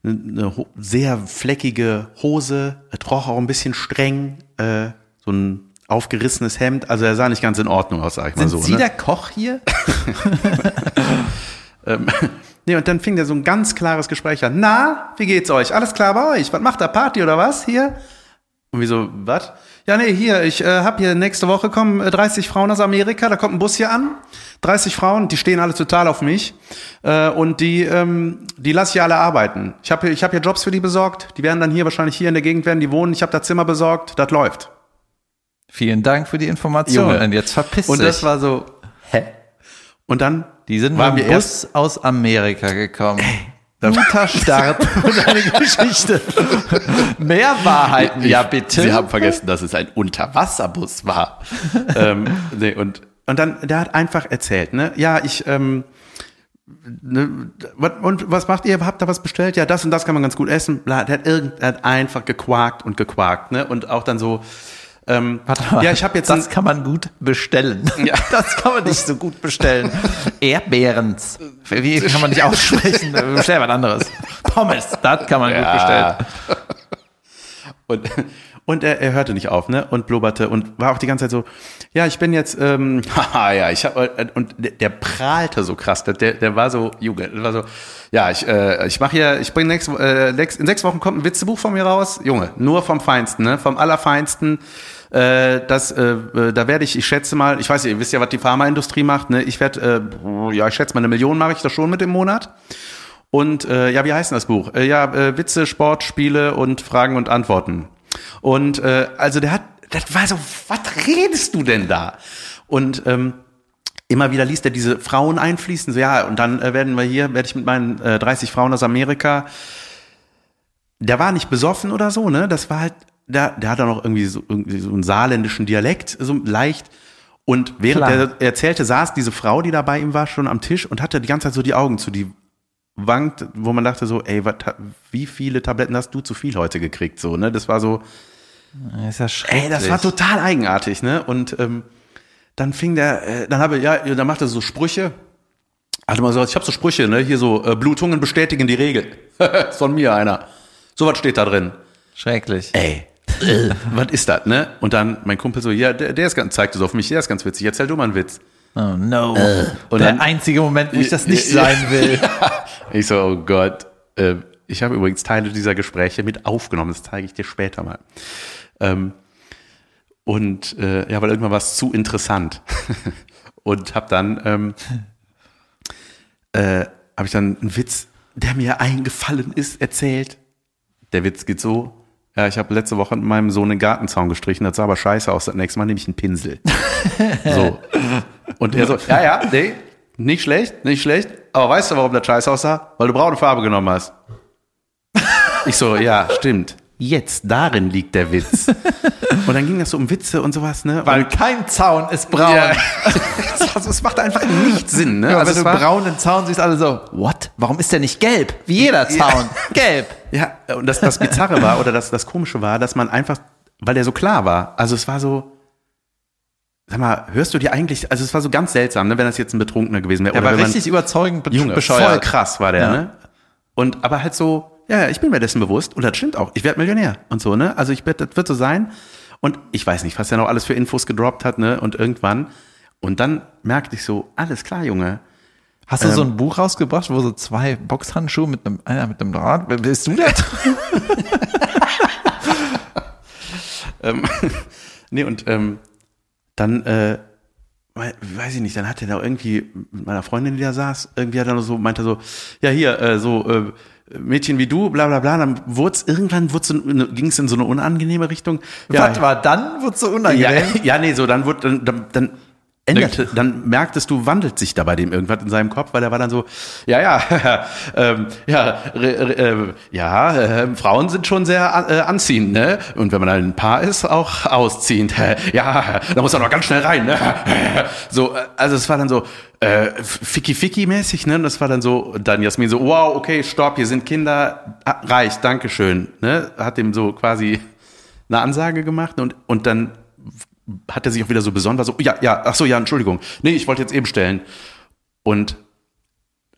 A: eine, eine ho- sehr fleckige Hose, es roch auch ein bisschen streng, äh, so ein aufgerissenes Hemd. Also er sah nicht ganz in Ordnung aus, sag ich mal
B: Sind
A: so.
B: Sie
A: ne?
B: der Koch hier?
A: Nee, und dann fing der so ein ganz klares Gespräch an. Na, wie geht's euch? Alles klar bei euch? Was macht da Party oder was hier? Und wieso, was? Ja, nee, hier, ich äh, hab hier nächste Woche kommen äh, 30 Frauen aus Amerika, da kommt ein Bus hier an. 30 Frauen, die stehen alle total auf mich. Äh, und die, ähm, die lasse ich alle arbeiten. Ich habe ich hab hier Jobs für die besorgt. Die werden dann hier wahrscheinlich hier in der Gegend werden, die wohnen. Ich habe da Zimmer besorgt. Das läuft.
B: Vielen Dank für die Information.
A: Junge.
B: Und jetzt verpiss
A: Und
B: dich.
A: das war so, hä? Und dann,
B: Die sind
A: waren
B: mit dem
A: wir
B: Bus aus Amerika gekommen. Guter Start.
A: eine Geschichte.
B: Mehr Wahrheiten, ja bitte.
C: Sie haben vergessen, dass es ein Unterwasserbus war.
A: ähm, nee, und, und dann, der hat einfach erzählt, ne? Ja, ich, ähm, ne, wat- und was macht ihr? Habt ihr was bestellt? Ja, das und das kann man ganz gut essen. Bla, der hat, irgend, der hat einfach gequakt und gequakt, ne? Und auch dann so, ähm,
B: Warte mal,
A: ja, ich habe jetzt
B: das kann man gut bestellen. Ja. Das kann man nicht so gut bestellen. Erdbeerens. Wie kann man nicht aussprechen? Bestell was anderes. Pommes, das kann man gut bestellen.
A: Und, und er, er hörte nicht auf, ne? Und blubberte und war auch die ganze Zeit so, ja, ich bin jetzt, ähm, haha, ja, ich hab, äh, und der, der prahlte so krass, der, der der war so, Junge, der war so, ja, ich, äh, ich mache hier, ich bringe nächste, Wo- äh, nächst, in sechs Wochen kommt ein Witzebuch von mir raus, Junge, nur vom Feinsten, ne? Vom Allerfeinsten, äh, das, äh, äh, da werde ich, ich schätze mal, ich weiß, ihr wisst ja, was die Pharmaindustrie macht, ne? Ich werde, äh, ja, ich schätze mal, eine Million mache ich das schon mit im Monat. Und äh, ja, wie heißt denn das Buch? Äh, ja, äh, Witze, Sport, Spiele und Fragen und Antworten. Und äh, also der hat, das war so, was redest du denn da? Und ähm, immer wieder liest er diese Frauen einfließen, so ja, und dann äh, werden wir hier, werde ich mit meinen äh, 30 Frauen aus Amerika, der war nicht besoffen oder so, ne? Das war halt, der, der hat auch noch irgendwie so, irgendwie so einen saarländischen Dialekt, so leicht. Und während
B: Klar.
A: er erzählte, saß diese Frau, die da bei ihm war, schon am Tisch und hatte die ganze Zeit so die Augen zu, die wankt, wo man dachte so, ey, wat, wie viele Tabletten hast du zu viel heute gekriegt? So, ne? Das war so,
B: Ist ja schrecklich.
A: ey, das war total eigenartig, ne? Und ähm, dann fing der, äh, dann habe ja, dann machte er so Sprüche. Hatte mal so, ich habe so Sprüche, ne? Hier so, äh, Blutungen bestätigen die Regel. Ist von mir einer. So was steht da drin.
B: schrecklich.
A: Ey. äh, was ist das, ne? Und dann mein Kumpel so, ja, der, der ist ganz, zeigte so auf mich, der ist ganz witzig, erzähl du mal einen Witz.
B: Oh no.
A: und
B: der
A: Äh. dann-
B: einzige Moment, wo ich das nicht
A: Ja, ja.
B: sein will.
A: Ich so, oh Gott. Äh, ich habe übrigens Teile dieser Gespräche mit aufgenommen. Das zeige ich dir später mal. Ähm, und äh, ja, weil irgendwann war es zu interessant. und habe dann, ähm, äh, habe ich dann einen Witz, der mir eingefallen ist, erzählt. Der Witz geht so. Ja, ich habe letzte Woche mit meinem Sohn einen Gartenzaun gestrichen, das sah aber scheiße aus. Das nächste Mal nehme ich einen Pinsel. So. Und er so, ja, ja, nee, nicht schlecht, nicht schlecht. Aber weißt du, warum der Scheiß aussah? Weil du braune Farbe genommen hast. Ich so, ja, stimmt. Jetzt, darin liegt der Witz. Und dann ging das so um Witze und sowas, ne?
B: Weil kein Zaun ist braun.
A: und, ja. also, es macht einfach nicht Sinn, ne?
B: Ja,
A: Also
B: wenn du
A: es war-
B: einen braunen Zaun siehst, alle so, what? Warum ist der nicht gelb? Wie jeder Zaun. Gelb.
A: Ja, und das, das Bizarre war oder das, das Komische war, dass man einfach, weil der so klar war, also es war so, sag mal, hörst du dir eigentlich, also es war so ganz seltsam, ne, wenn das jetzt ein Betrunkener gewesen wäre.
B: Der
A: oder
B: war
A: wenn
B: richtig überzeugend be-
A: man, Junge, voll
B: bescheuert.
A: krass war der, ne? Und aber halt so, ja, ja, ich bin mir dessen bewusst und das stimmt auch, ich werde Millionär und so, ne? Also ich werd, das wird so sein. Und ich weiß nicht, was der noch alles für Infos gedroppt hat, ne? Und irgendwann. Und dann merkte ich so, alles klar, Junge.
B: Hast du so ein Buch rausgebracht, wo so zwei Boxhandschuhe mit einem, einer mit einem Draht? Wer- Bist du der?
A: Ähm, Nee, und ähm, dann, äh, wei- weiß ich nicht, dann hat er da irgendwie mit meiner Freundin, die da saß, irgendwie hat er noch so, meinte so, ja hier, äh, so äh, Mädchen wie du, bla bla bla, dann wurd's, irgendwann wurd's ging es in so eine unangenehme Richtung. Ja,
B: Was war dann? Wurde so
A: ja,
B: unangenehm.
A: ja, nee, so, dann wurde, dann, dann, dann änderte, dann merktest du, wandelt sich da bei dem irgendwas in seinem Kopf, weil er war dann so, ja, ja, ähm, ja, re, re, ähm, ja, äh, Frauen sind schon sehr an- äh, anziehend, ne? Und wenn man dann ein Paar ist, auch ausziehend. Hä? Ja, da muss man noch ganz schnell rein, ne? So, äh, also es war dann so äh, Ficky-Ficky-mäßig, ne? Und das war dann so, und dann Jasmin so, wow, okay, stopp, hier sind Kinder, ah, reicht, Dankeschön, ne? Hat dem so quasi eine Ansage gemacht und, und dann hat er sich auch wieder so besonnen, war so, ja, ja, ach so, ja, Entschuldigung. Nee, ich wollte jetzt eben stellen. Und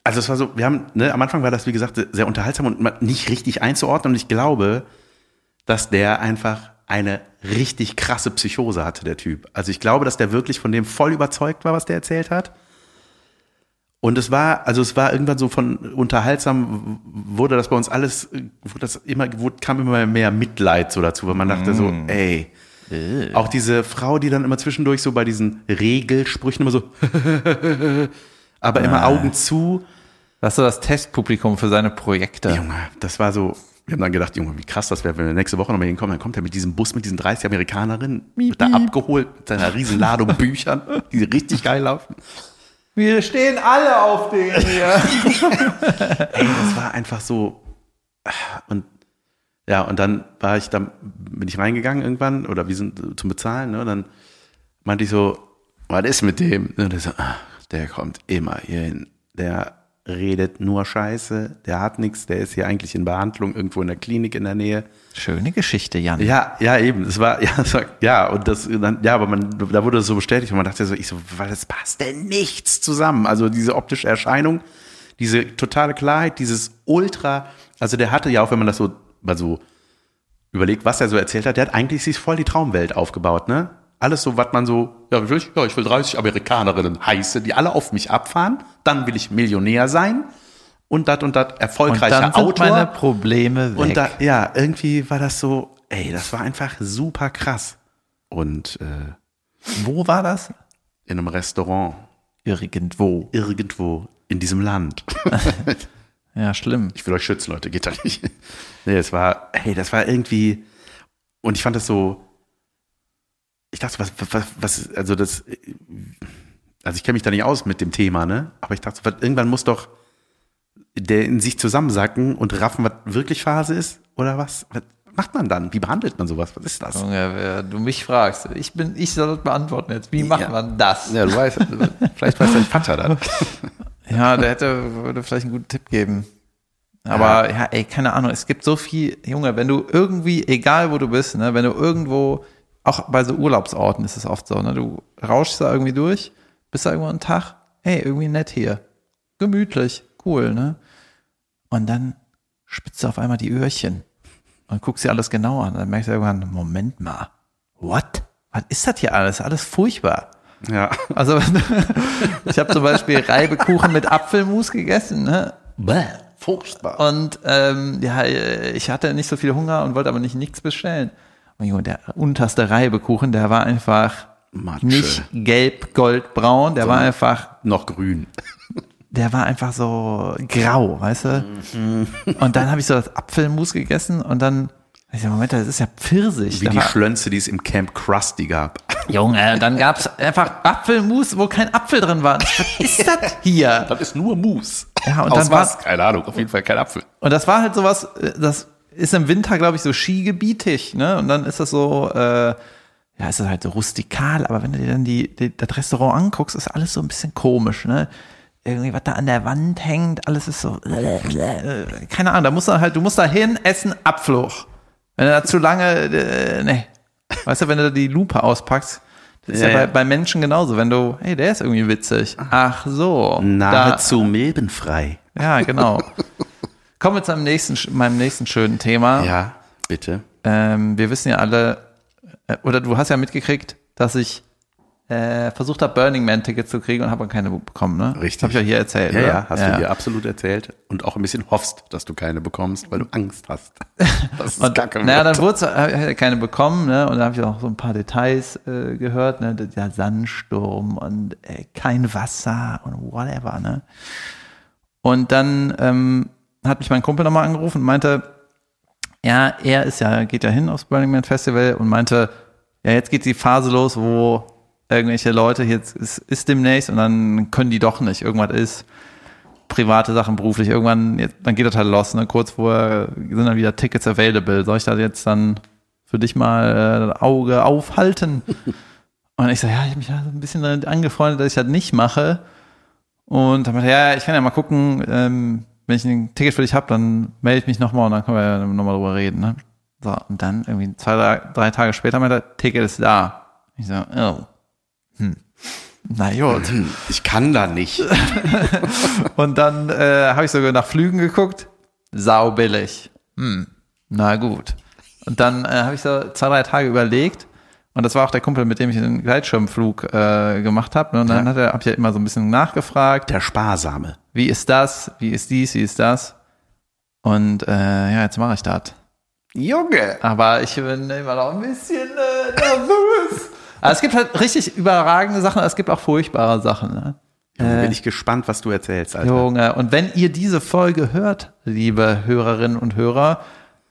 A: also es war so, wir haben, ne, am Anfang war das, wie gesagt, sehr unterhaltsam und ma- nicht richtig einzuordnen. Und ich glaube, dass der einfach eine richtig krasse Psychose hatte, der Typ. Also ich glaube, dass der wirklich von dem voll überzeugt war, was der erzählt hat. Und es war, also es war irgendwann so von unterhaltsam w- wurde das bei uns alles, äh, wurde das immer, wurde, kam immer mehr Mitleid so dazu, weil man dachte so, ey, auch diese Frau, die dann immer zwischendurch so bei diesen Regelsprüchen immer so, aber immer
B: Ah.
A: Augen zu.
B: Das ist so das Testpublikum für seine Projekte.
A: Junge, das war so, wir haben dann gedacht, Junge, wie krass das wäre, wenn wir nächste Woche nochmal hinkommen, dann kommt er mit diesem Bus, mit diesen 30 Amerikanerinnen, wird da abgeholt, mit seiner riesen Ladung Büchern, die richtig geil laufen.
B: Wir stehen alle auf den hier.
A: das war einfach so und ja und dann war ich dann bin ich reingegangen irgendwann oder wir sind zum Bezahlen ne und dann meinte ich so was ist mit dem und er so, ah, der kommt immer hier hin der redet nur Scheiße der hat nichts der ist hier eigentlich in Behandlung irgendwo in der Klinik in der Nähe
B: Schöne Geschichte, Jan.
A: ja, ja, eben. Es war, ja, es war, ja, und das, dann, ja, aber man, da wurde das so bestätigt und man dachte so, ich so, weil das passt denn nichts zusammen. Also diese optische Erscheinung, diese totale Klarheit, dieses Ultra, also der hatte ja auch, wenn man das so, mal so überlegt, was er so erzählt hat, der hat eigentlich sich voll die Traumwelt aufgebaut, ne? Alles so, was man so, ja, will ich, ja, ich will 30 Amerikanerinnen heiße, die alle auf mich abfahren, dann will ich Millionär sein und dat und dat
B: Und
A: erfolgreicher
B: dann sind
A: Autor.
B: meine Probleme weg.
A: Und da, ja, irgendwie war das so, ey, das war einfach super krass. Und äh,
B: wo war das?
A: in einem Restaurant,
B: Irgendwo.
A: irgendwo in diesem Land.
B: Ja, schlimm.
A: Ich will euch schützen, Leute, geht da nicht. Nee, es war, hey, das war irgendwie, und ich fand das so, ich dachte, was, was, was also das, also ich kenne mich da nicht aus mit dem Thema, ne? Aber ich dachte, was, irgendwann muss doch der in sich zusammensacken und raffen, was wirklich Phase ist, oder was? Was macht man dann? Wie behandelt man sowas? Was ist das?
B: Junge, wer du mich fragst. Ich bin, ich soll das beantworten jetzt. Wie macht
A: Ja.
B: man das?
A: Ja, du weißt, vielleicht weiß dein Vater das.
B: Ja, der hätte, würde vielleicht einen guten Tipp geben. Aber ja. ey, keine Ahnung, es gibt so viel, Junge, wenn du irgendwie, egal wo du bist, ne, wenn du irgendwo, auch bei so Urlaubsorten ist es oft so, ne, du rauschst da irgendwie durch, bist da irgendwo einen Tag, hey, irgendwie nett hier, gemütlich, cool, ne? Und dann spitzt du auf einmal die Öhrchen und guckst dir alles genau an. Dann merkst du irgendwann, Moment mal, what? Was ist das hier alles? Alles furchtbar.
A: Ja.
B: Also ich habe zum Beispiel Reibekuchen mit Apfelmus gegessen, ne?
A: Bäh, furchtbar.
B: Und ähm, ja, äh, ich hatte nicht so viel Hunger und wollte aber nicht nichts bestellen. Und Junge, der unterste Reibekuchen, der war einfach
A: Matsche.
B: nicht gelb, goldbraun, der war einfach
A: Noch grün.
B: der war einfach so grau, weißt du?
A: Mhm.
B: Und dann habe ich so das Apfelmus gegessen und dann ich so, Moment, das ist ja Pfirsich.
A: Wie
B: Da
A: die
B: war-
A: Schlönze, die es im Camp Krusty gab.
B: Junge, dann gab's einfach Apfelmus, wo kein Apfel drin war. Was ist das hier?
A: Das ist nur Mousse.
B: Ja, und
A: Aus
B: dann
A: was?
B: war-
A: Keine Ahnung, auf jeden Fall kein Apfel.
B: Und das war halt sowas, äh, das ist im Winter, glaube ich, so skigebietig, ne? Und dann ist das so, äh, ja, ist das halt so rustikal, aber wenn du dir dann die, die, das Restaurant anguckst, ist alles so ein bisschen komisch, ne? Irgendwie, was da an der Wand hängt, alles ist so, äh, äh, keine Ahnung, da musst du halt, du musst da hin, essen, Abfluch. Wenn du da zu lange, äh, ne. Weißt du, wenn du da die Lupe auspackst, das ist ja,
A: Ja, ja.
B: Bei, bei Menschen genauso, wenn du, hey, der ist irgendwie witzig. Ach so. da-
A: Nahezu milbenfrei.
B: ja, genau. Kommen wir zu einem nächsten, sch- meinem nächsten schönen Thema.
A: Ja, bitte.
B: Ähm, wir wissen ja alle, äh, oder du hast ja mitgekriegt, dass ich äh, versucht habe, Burning Man-Tickets zu kriegen und habe keine bekommen, ne?
A: Richtig.
B: Habe ich ja hier erzählt.
A: Ja,
B: oder?
A: ja, hast du dir absolut erzählt und auch ein bisschen hoffst, dass du keine bekommst, weil du Angst hast. Das ist
B: Und,
A: kacke.
B: naja, dann wurde äh, keine bekommen, ne? Und da habe ich auch so ein paar Details äh, gehört, ne? Der Sandsturm und äh, kein Wasser und whatever, ne? Und dann ähm, hat mich mein Kumpel nochmal angerufen und meinte, ja, er ist ja, geht ja hin aufs Burning Man Festival und meinte, ja, jetzt geht die Phase los, wo irgendwelche Leute, jetzt ist, ist demnächst und dann können die doch nicht, irgendwas ist. Private Sachen beruflich, irgendwann, jetzt, dann geht das halt los, ne? Kurz vorher sind dann wieder Tickets available. Soll ich da jetzt dann für dich mal äh, das Auge aufhalten? Und ich sage, ja, ich habe mich da so ein bisschen damit angefreundet, dass ich das nicht mache. Und dann meinte er, ja, ich kann ja mal gucken, ähm, wenn ich ein Ticket für dich habe, dann melde ich mich nochmal und dann können wir ja nochmal drüber reden. Ne? So, und dann irgendwie zwei, drei, drei Tage später meinte er, Ticket ist da. Ich so, oh. Hm. Na gut.
A: Hm, Ich kann da nicht.
B: Und dann äh, habe ich sogar nach Flügen geguckt. Saubillig. Hm. Na gut. Und dann äh, habe ich so zwei, drei Tage überlegt. Und das war auch der Kumpel, mit dem ich den Gleitschirmflug äh, gemacht habe. Und dann hat er, habe ich ja immer so ein bisschen nachgefragt
A: Der Sparsame.
B: wie ist das, wie ist dies, wie ist das. Und äh, ja, jetzt mache ich das.
A: Junge.
B: Aber ich bin immer noch ein bisschen äh, nervös. Aber es gibt halt richtig überragende Sachen, aber es gibt auch furchtbare Sachen. Ne?
A: Junge, bin ich gespannt, was du erzählst, Alter.
B: Junge, und wenn ihr diese Folge hört, liebe Hörerinnen und Hörer,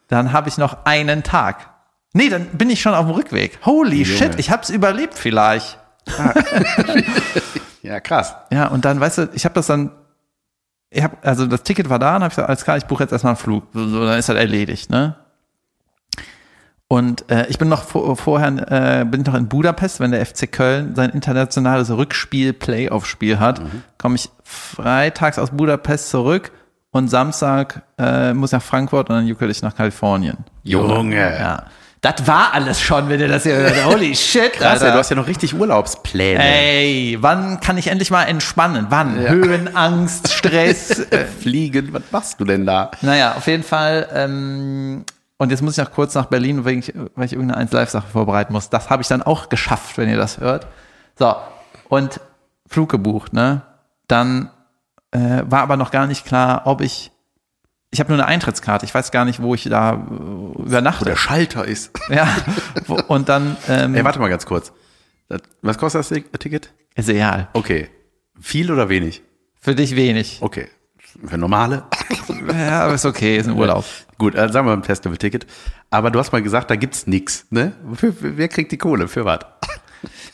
B: dann habe ich noch einen Tag. Nee, dann bin ich schon auf dem Rückweg. Holy shit, ich hab's überlebt vielleicht.
A: Ja, krass.
B: Ja, und dann, weißt du, ich habe das dann, ich hab, also das Ticket war da und habe gesagt, alles klar, ich buche jetzt erstmal einen Flug. So, so, dann ist das erledigt, ne? Und äh, ich bin noch vor, vorher, äh, bin noch in Budapest, wenn der FC Köln sein internationales Rückspiel-Playoff-Spiel hat, komme ich freitags aus Budapest zurück und Samstag äh, muss ich nach Frankfurt und dann juckel ich nach Kalifornien.
A: Junge.
B: Ja. Das war alles schon, wenn ihr das hier hört. Holy shit,
A: Krass,
B: Alter.
A: ey, du hast ja noch richtig Urlaubspläne.
B: Ey, wann kann ich endlich mal entspannen? Wann? Höhenangst, Stress. äh,
A: Fliegen, was machst du denn da?
B: naja, auf jeden Fall. Ähm, und jetzt muss ich noch kurz nach Berlin, weil ich, weil ich irgendeine 1-Live-Sache vorbereiten muss. Das habe ich dann auch geschafft, wenn ihr das hört. So, und Flug gebucht, ne? Dann äh, war aber noch gar nicht klar, ob ich. Ich habe nur eine Eintrittskarte. Ich weiß gar nicht, wo ich da äh, übernachte.
A: Der Schalter ist.
B: Ja. Wo- Und dann ähm,
A: Ey, warte mal ganz kurz. Das- Was kostet das Ti- Ticket?
B: ist egal.
A: Okay. Viel oder wenig?
B: Für dich wenig.
A: Okay. Für normale?
B: Ja, aber ist okay, ist ein Urlaub.
A: Gut, äh, sagen wir mal ein Festival-Ticket. Aber du hast mal gesagt, da gibt's nix, ne? Für, für, wer kriegt die Kohle? Für was?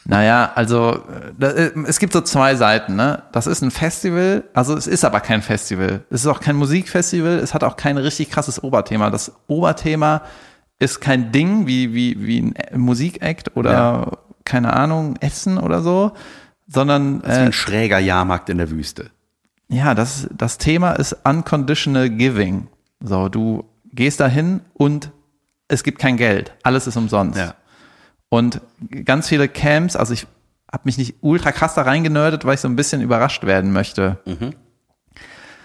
B: Naja, also äh, da, äh, es gibt so zwei Seiten. Ne? Das ist ein Festival, also es ist aber kein Festival. Es ist auch kein Musikfestival, es hat auch kein richtig krasses Oberthema. Das Oberthema ist kein Ding wie, wie, wie ein Ä- Musikakt oder keine Ahnung, Essen oder so, sondern
A: Wie
B: äh,
A: ein schräger Jahrmarkt in der Wüste.
B: ja, das, das Thema ist Unconditional Giving. So, du gehst dahin und es gibt kein Geld. Alles ist umsonst.
A: Ja.
B: Und ganz viele Camps, also ich habe mich nicht ultra krass da reingenördet, weil ich so ein bisschen überrascht werden möchte.
A: Mhm.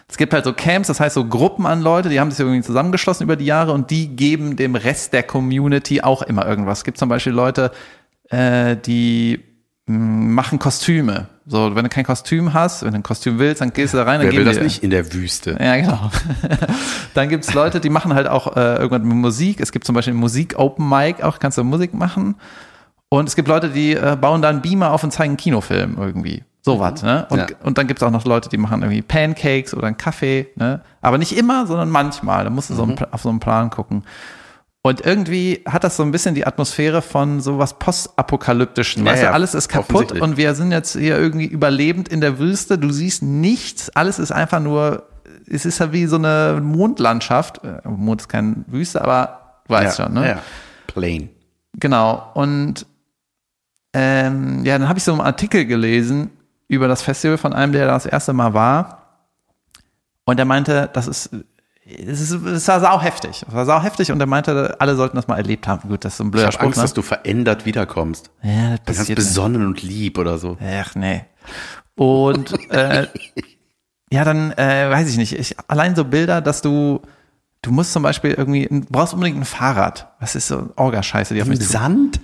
B: Es gibt halt so Camps, das heißt so Gruppen an Leute, die haben sich irgendwie zusammengeschlossen über die Jahre und die geben dem Rest der Community auch immer irgendwas. Es gibt zum Beispiel Leute, äh, die mh, machen Kostüme. So, wenn du kein Kostüm hast, wenn du ein Kostüm willst, dann gehst du da rein. Dann
A: Wer will
B: geben
A: das
B: die-
A: nicht? In der Wüste.
B: ja, genau. Dann gibt's Leute, die machen halt auch äh, irgendwann mit Musik. Es gibt zum Beispiel Musik Open Mic, auch kannst du Musik machen. Und es gibt Leute, die äh, bauen da einen Beamer auf und zeigen einen Kinofilm irgendwie. Sowas, ne? Und,
A: Ja.
B: und dann gibt's auch noch Leute, die machen irgendwie Pancakes oder einen Kaffee, ne? Aber nicht immer, sondern manchmal. Da musst du so
A: Mhm.
B: einen, Pla- auf so einen Plan gucken. Und irgendwie hat das so ein bisschen die Atmosphäre von sowas postapokalyptischen.
A: Ja,
B: weißt
A: ja,
B: du, alles ist kaputt
A: offensichtlich.
B: und wir sind jetzt hier irgendwie überlebend in der Wüste. Du siehst nichts. Alles ist einfach nur, es ist ja wie so eine Mondlandschaft. Äh, Mond ist keine Wüste, aber du weißt schon, ne?
A: Plain.
B: Genau. Und ähm, ja, dann habe ich so einen Artikel gelesen über das Festival von einem, der da das erste Mal war. Und der meinte, das ist, es ist, es war sauheftig. Es war sauheftig und er meinte, alle sollten das mal erlebt haben. Gut, das ist so ein
A: Ich
B: blöder
A: habe
B: Spruch.
A: Angst,
B: ne?
A: dass du verändert wiederkommst.
B: ja, das
A: Ganz
B: passiert nicht.
A: besonnen und lieb oder so.
B: Ach nee. Und äh, ja, dann äh, weiß ich nicht. Ich, allein so Bilder, dass du, du musst zum Beispiel irgendwie, du brauchst unbedingt ein Fahrrad. Was ist so Orga-Scheiße, die auf mich zu
A: Sand?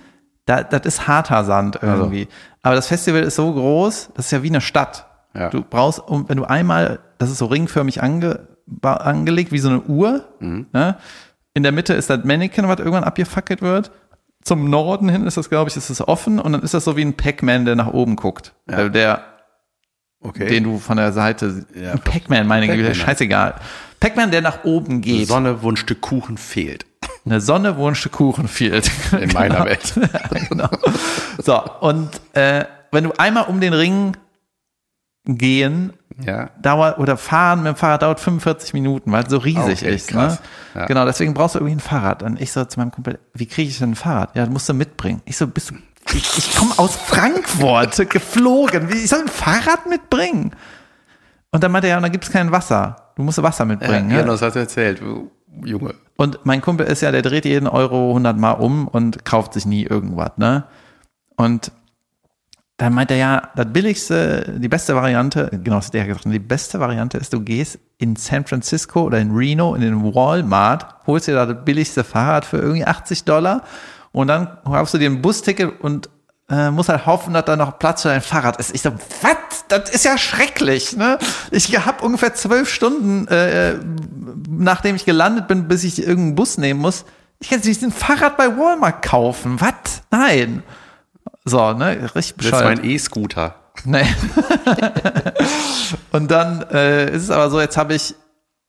B: da, das ist harter Sand irgendwie. Aber das Festival ist so groß, das ist ja wie eine Stadt.
A: Ja.
B: Du brauchst, um- wenn du einmal, das ist so ringförmig ange, ba- angelegt, wie so eine Uhr.
A: Mhm.
B: Ne? In der Mitte ist das Mannequin, was irgendwann abgefackelt wird. Zum Norden hin ist das, glaube ich, ist es offen und dann ist das so wie ein Pac-Man, der nach oben guckt. Der, der
A: Okay.
B: den du von der Seite,
A: Ja,
B: Ein Pac-Man, meine Güte,
A: Pac-Man.
B: scheißegal. Pac-Man, der nach oben geht.
A: Sonne, wo ein Stück Kuchen fehlt.
B: In der Sonne, wo ein Stück Kuchen fehlt.
C: in meiner Welt.
B: genau. So, und äh, wenn du einmal um den Ring gehen
A: Ja.
B: dauert oder fahren mit dem Fahrrad dauert 45 Minuten, weil es so riesig
A: Okay,
B: ist. Ne?
A: krass. Ja.
B: Genau, deswegen brauchst du irgendwie ein Fahrrad. Und ich so zu meinem Kumpel, wie kriege ich denn ein Fahrrad? Ja, das musst du mitbringen. Ich so, bist du. Ich, ich komme aus Frankfurt geflogen. Wie- Ich soll ein Fahrrad mitbringen. Und dann meinte er, ja, und dann gibt es kein Wasser. Du musst Wasser mitbringen.
A: Ja, genau,
B: ne?
A: das hast du erzählt. Oh, Junge.
B: Und mein Kumpel ist ja, der dreht jeden Euro 100 Mal um und kauft sich nie irgendwas, ne? Und dann meint er ja, das billigste, die beste Variante, genau, das hat er ja gesagt, die beste Variante ist, du gehst in San Francisco oder in Reno in den Walmart, holst dir da das billigste Fahrrad für irgendwie 80 Dollar und dann kaufst du dir ein Busticket und äh, musst halt hoffen, dass da noch Platz für dein Fahrrad ist. Ich so, was? Das ist ja schrecklich, ne? Ich hab ungefähr zwölf Stunden äh, nachdem ich gelandet bin, bis ich irgendeinen Bus nehmen muss. Ich kann jetzt nicht ein Fahrrad bei Walmart kaufen. Was? Nein. So, ne? Richtig
A: Das ist
B: bescheuert.
A: mein E-Scooter.
B: Nee. Und dann äh, ist es aber so, jetzt habe ich,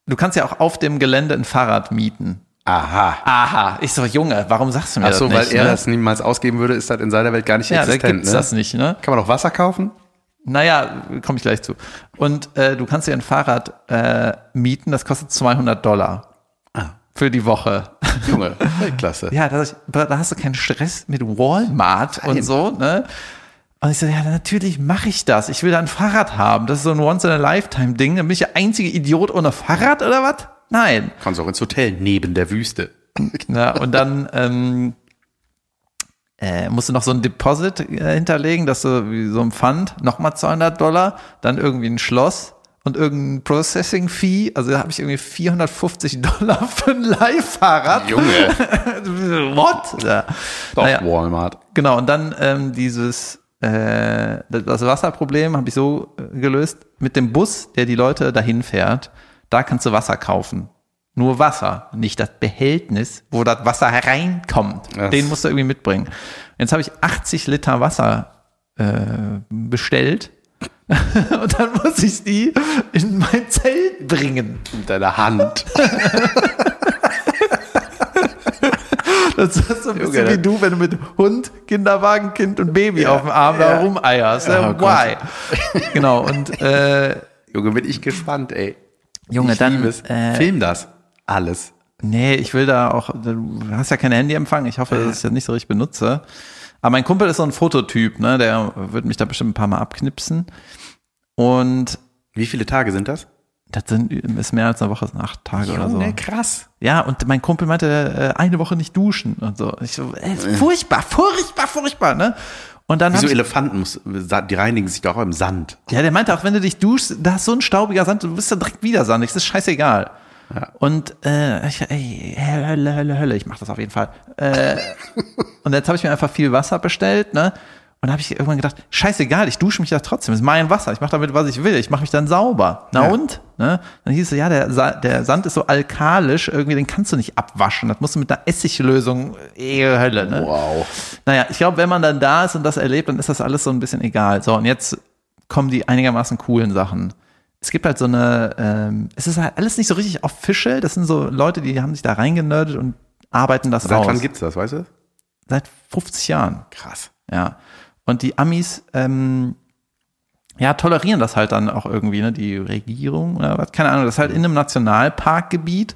B: du kannst ja auch auf dem Gelände ein Fahrrad mieten.
A: Aha.
B: Aha. Ich so, Junge, warum sagst du mir
A: Ach
B: das
A: so,
B: nicht?
A: weil er
B: ne?
A: das niemals ausgeben würde, ist das in seiner Welt gar nicht
B: ja, da
A: existent.
B: gibt's
A: ne?
B: das nicht, ne?
A: Kann man auch Wasser kaufen?
B: Naja, komme ich gleich zu. Und äh, du kannst dir ein Fahrrad äh, mieten, das kostet 200 Dollar.
A: Ah.
B: Für die Woche.
A: Junge, Weltklasse.
B: Ja, da, da hast du keinen Stress mit Walmart und so, ne? Und ich so, ja, natürlich mache ich das. Ich will da ein Fahrrad haben. Das ist so ein Once-in-a-Lifetime-Ding. Dann bin ich der einzige Idiot ohne Fahrrad oder was? Nein.
A: Kannst auch ins Hotel neben der Wüste.
B: Na, und dann ähm, äh, musst du noch so ein Deposit äh, hinterlegen, dass du wie so ein Pfand, nochmal 200 Dollar, dann irgendwie ein Schloss und irgendein Processing-Fee. Also da habe ich irgendwie 450 Dollar für ein Leihfahrrad.
A: Junge.
B: What? Ja.
A: Doch,
B: Naja.
A: Walmart.
B: Genau, und dann ähm, dieses äh, das Wasserproblem habe ich so äh, gelöst mit dem Bus, der die Leute dahin fährt. Da kannst du Wasser kaufen. Nur Wasser, nicht das Behältnis, wo das Wasser hereinkommt.
A: Ach.
B: Den musst du irgendwie mitbringen. Jetzt habe ich 80 Liter Wasser äh, bestellt und dann muss ich die in mein Zelt bringen.
A: Mit deiner Hand.
B: Das ist so ein bisschen
A: Junge,
B: wie du, wenn du mit Hund, Kinderwagen, Kind und Baby auf dem Arm da rumeierst.
A: Ja, oh
B: Ja, why? genau, und äh,
A: Junge, bin ich gespannt, ey.
B: Junge,
A: ich liebe es.
B: äh,
A: Film das. Alles.
B: Nee, ich will da auch, du hast ja kein Handyempfang, ich hoffe, dass ich das nicht so richtig benutze. Aber mein Kumpel ist so ein Fototyp, ne? Der wird mich da bestimmt ein paar Mal abknipsen. Und
A: Wie viele Tage sind das?
B: das sind, ist mehr als eine Woche, das sind acht Tage oder so.
A: krass.
B: Ja, und mein Kumpel meinte, äh, eine Woche nicht duschen und so. Ich so, ey, ist furchtbar, furchtbar, furchtbar, ne? Und dann
A: Wie so
B: hab ich-
A: Elefanten, muss, die reinigen sich doch auch im Sand.
B: Ja, der meinte auch, wenn du dich duschst, da ist so ein staubiger Sand, du bist dann direkt wieder sandig, das ist scheißegal. Und äh, ich, ey, Hölle, Hölle, Hölle, ich mach das auf jeden Fall. Äh, und jetzt habe ich mir einfach viel Wasser bestellt, ne? Und da habe ich irgendwann gedacht, scheißegal, ich dusche mich ja trotzdem, das ist mein Wasser, ich mache damit, was ich will, ich mache mich dann sauber. Na
A: Ja.
B: und? Ne? Dann hieß es, ja, der, Sa der Sand ist so alkalisch, irgendwie, den kannst du nicht abwaschen, das musst du mit einer Essiglösung, eh Hölle, ne?
A: Wow.
B: Naja, ich glaube, wenn man dann da ist und das erlebt, dann ist das alles so ein bisschen egal. So, und jetzt kommen die einigermaßen coolen Sachen. Es gibt halt so eine, ähm, es ist halt alles nicht so richtig official. Das sind so Leute, die haben sich da reingenördet und arbeiten das
A: Seit
B: aus.
A: wann gibt's das, weißt du?
B: Seit 50 Jahren.
A: Krass.
B: Ja. Und die Amis, ähm, ja, tolerieren das halt dann auch irgendwie, ne? Die Regierung oder was, keine Ahnung, das ist halt in einem Nationalparkgebiet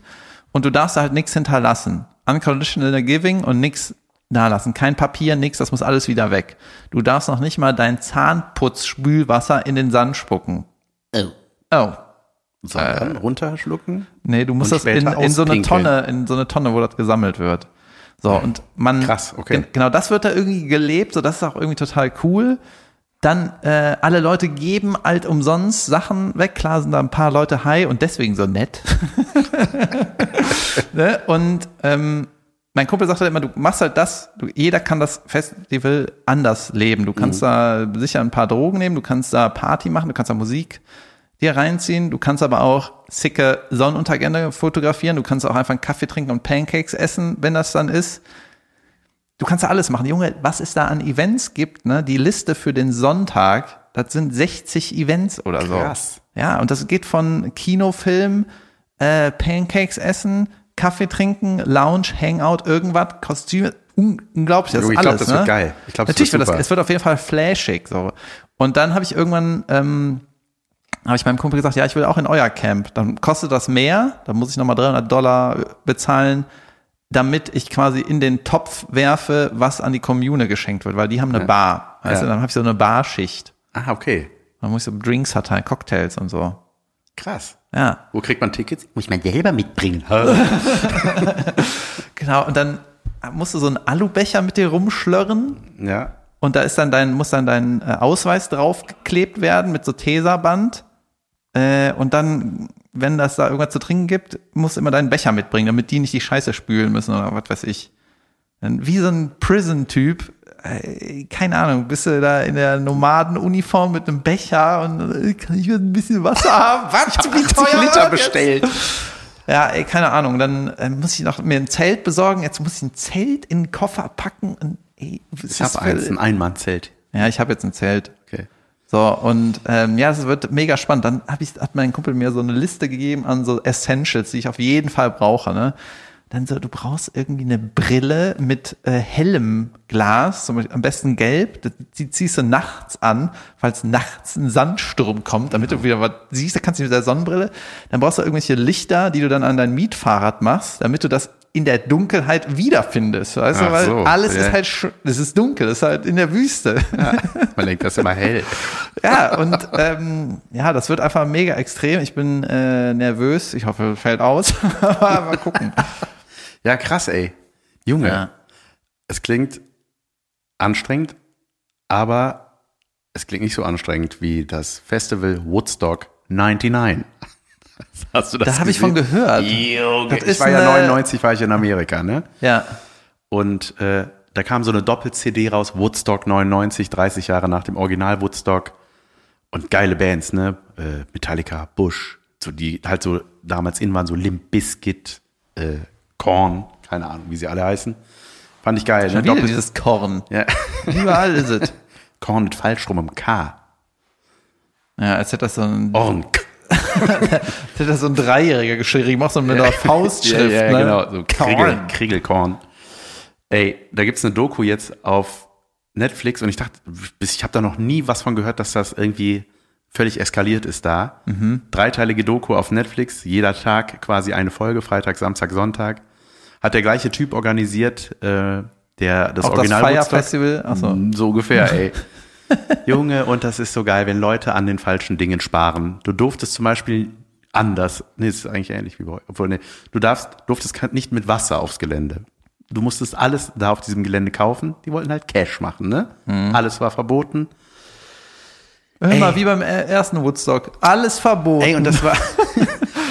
B: und du darfst da halt nichts hinterlassen. Unconditional giving und nichts da lassen. Kein Papier, nichts, das muss alles wieder weg. Du darfst noch nicht mal dein Zahnputz-Spülwasser in den Sand spucken.
C: Oh.
B: Oh. Äh.
A: Sondern runterschlucken?
B: Nee, du musst
A: Und
B: das in,
A: später
B: in so eine
A: auspinkeln.
B: Tonne, in so eine Tonne, wo das gesammelt wird. So, und man.
A: Krass, okay.
B: gen- Genau, das wird da irgendwie gelebt, so das ist auch irgendwie total cool. Dann äh, alle Leute geben halt umsonst Sachen weg. Klar sind da ein paar Leute high und deswegen so nett. ne? Und ähm, mein Kumpel sagte immer, du machst halt das, du, jeder kann das Festival anders leben. Du kannst da sicher ein paar Drogen nehmen, du kannst da Party machen, du kannst da Musik dir reinziehen, du kannst aber auch sicke Sonnenuntergänge fotografieren, du kannst auch einfach einen Kaffee trinken und Pancakes essen, wenn das dann ist. Du kannst da alles machen. Junge, was es da an Events gibt, ne? Die Liste für den Sonntag, das sind 60 Events oder so.
A: Krass.
B: Ja, und das geht von Kinofilm, äh, Pancakes essen, Kaffee trinken, Lounge, Hangout, irgendwas, Kostüme, un unglaublich, das
A: Jo,
B: ist
A: ich
B: alles.
A: glaub, das wird
B: ne?
A: geil. Ich glaub, das
B: Natürlich
A: wird
B: wird das,
A: super.
B: es wird auf jeden Fall flashig. So. Und dann habe ich irgendwann, ähm, habe ich meinem Kumpel gesagt, ja, ich will auch in euer Camp. Dann kostet das mehr, dann muss ich nochmal 300 Dollar bezahlen, damit ich quasi in den Topf werfe, was an die Kommune geschenkt wird, weil die haben eine Bar. Weißt
A: Ja.
B: du, dann habe ich so eine Barschicht.
A: Ah, okay.
B: Man muss ich so Drinks verteilen, Cocktails und so.
A: Krass.
B: Ja.
A: Wo kriegt man Tickets?
C: Muss man selber mitbringen.
B: Genau, und dann musst du so einen Alubecher mit dir rumschlörren
A: Ja.
B: und da ist dann dein, muss dann dein äh, Ausweis draufgeklebt werden mit so Tesaband. Äh, und dann, wenn das da irgendwas zu trinken gibt, musst du immer deinen Becher mitbringen, damit die nicht die Scheiße spülen müssen oder was weiß ich. Dann Wie so ein Prison-Typ, äh, keine Ahnung, bist du da in der Nomadenuniform mit einem Becher und äh, kann ich mir ein bisschen Wasser haben? Was? Wie
A: Oh
B: teuer?
C: Liter
B: war das?
C: bestellt.
B: Ja, ey, keine Ahnung. Dann äh, muss ich noch mir ein Zelt besorgen. Jetzt muss ich ein Zelt in den Koffer packen. Und, ey,
A: Ich habe eins, ein Einmannzelt.
B: Ja, ich habe jetzt ein Zelt.
A: Okay.
B: So, und ähm, ja, das wird mega spannend. Dann hab ich, hat mein Kumpel mir so eine Liste gegeben an so Essentials, die ich auf jeden Fall brauche. Ne? Dann so, du brauchst irgendwie eine Brille mit äh, hellem Glas, zum Beispiel am besten gelb. Das- Die ziehst du nachts an, falls nachts ein Sandsturm kommt, damit du wieder was siehst. Da kannst du mit der Sonnenbrille. Dann brauchst du irgendwelche Lichter, die du dann an dein Mietfahrrad machst, damit du das in der Dunkelheit wiederfindest. Weißt du,
A: Ach
B: weil
A: so,
B: alles
A: ja.
B: ist halt, sch- es ist dunkel, es ist halt in der Wüste.
A: Man denkt, das ist immer hell.
B: Ja, und ähm, ja, das wird einfach mega extrem. Ich bin äh, nervös. Ich hoffe, fällt aus. Aber mal gucken.
A: Ja, krass, ey. Junge.
B: Ja.
A: Es klingt anstrengend, aber es klingt nicht so anstrengend wie das Festival Woodstock 99. Hast du das
B: Da habe ich von
A: gesehen?
B: gehört.
A: Junge,
B: Das
A: ich
B: ist
A: war ja
B: eine-
A: 99, war ich in Amerika, ne?
B: Ja.
A: Und äh, da kam so eine Doppel-CD raus, Woodstock 99, 30 Jahre nach dem Original Woodstock. Und geile Bands, ne? Äh, Metallica, Bush, so die halt so damals in waren, so Limp Bizkit, äh, Korn, keine Ahnung, wie sie alle heißen. Fand ich geil. Ne?
B: Schon wieder
A: Doppel-
B: dieses Korn.
A: ja.
B: Überall ist es.
A: Korn mit falschrum im K.
B: Ja, als hätte das so ein,
A: Oh. Ornk.
B: als hätte das so ein Dreijähriger geschrieben. Auch so mit einer Faustschrift.
A: ja,
B: ne?
A: genau. So Kriegel,
B: Korn.
A: Kriegelkorn. Ey, da gibt's eine Doku jetzt auf Netflix und ich dachte, bis- ich habe da noch nie was von gehört, dass das irgendwie völlig eskaliert ist da.
B: Mhm.
A: Dreiteilige Doku auf Netflix, jeder Tag quasi eine Folge, Freitag, Samstag, Sonntag. Hat der gleiche Typ organisiert, äh, der das
B: Auch das
A: Original
B: Fire
A: Woodstock- Mhm.
B: Festival. Achso.
A: Mm, So ungefähr, ey. Junge, und das ist so geil, wenn Leute an den falschen Dingen sparen. Du durftest zum Beispiel anders, nee, es ist eigentlich ähnlich wie bei euch, obwohl, nee, du darfst, durftest kein- nicht mit Wasser aufs Gelände. Du musstest alles da auf diesem Gelände kaufen. Die wollten halt Cash machen, ne? Alles war verboten.
B: Hör mal, wie beim äh, ersten Woodstock. Alles verboten.
A: Ey, und das war,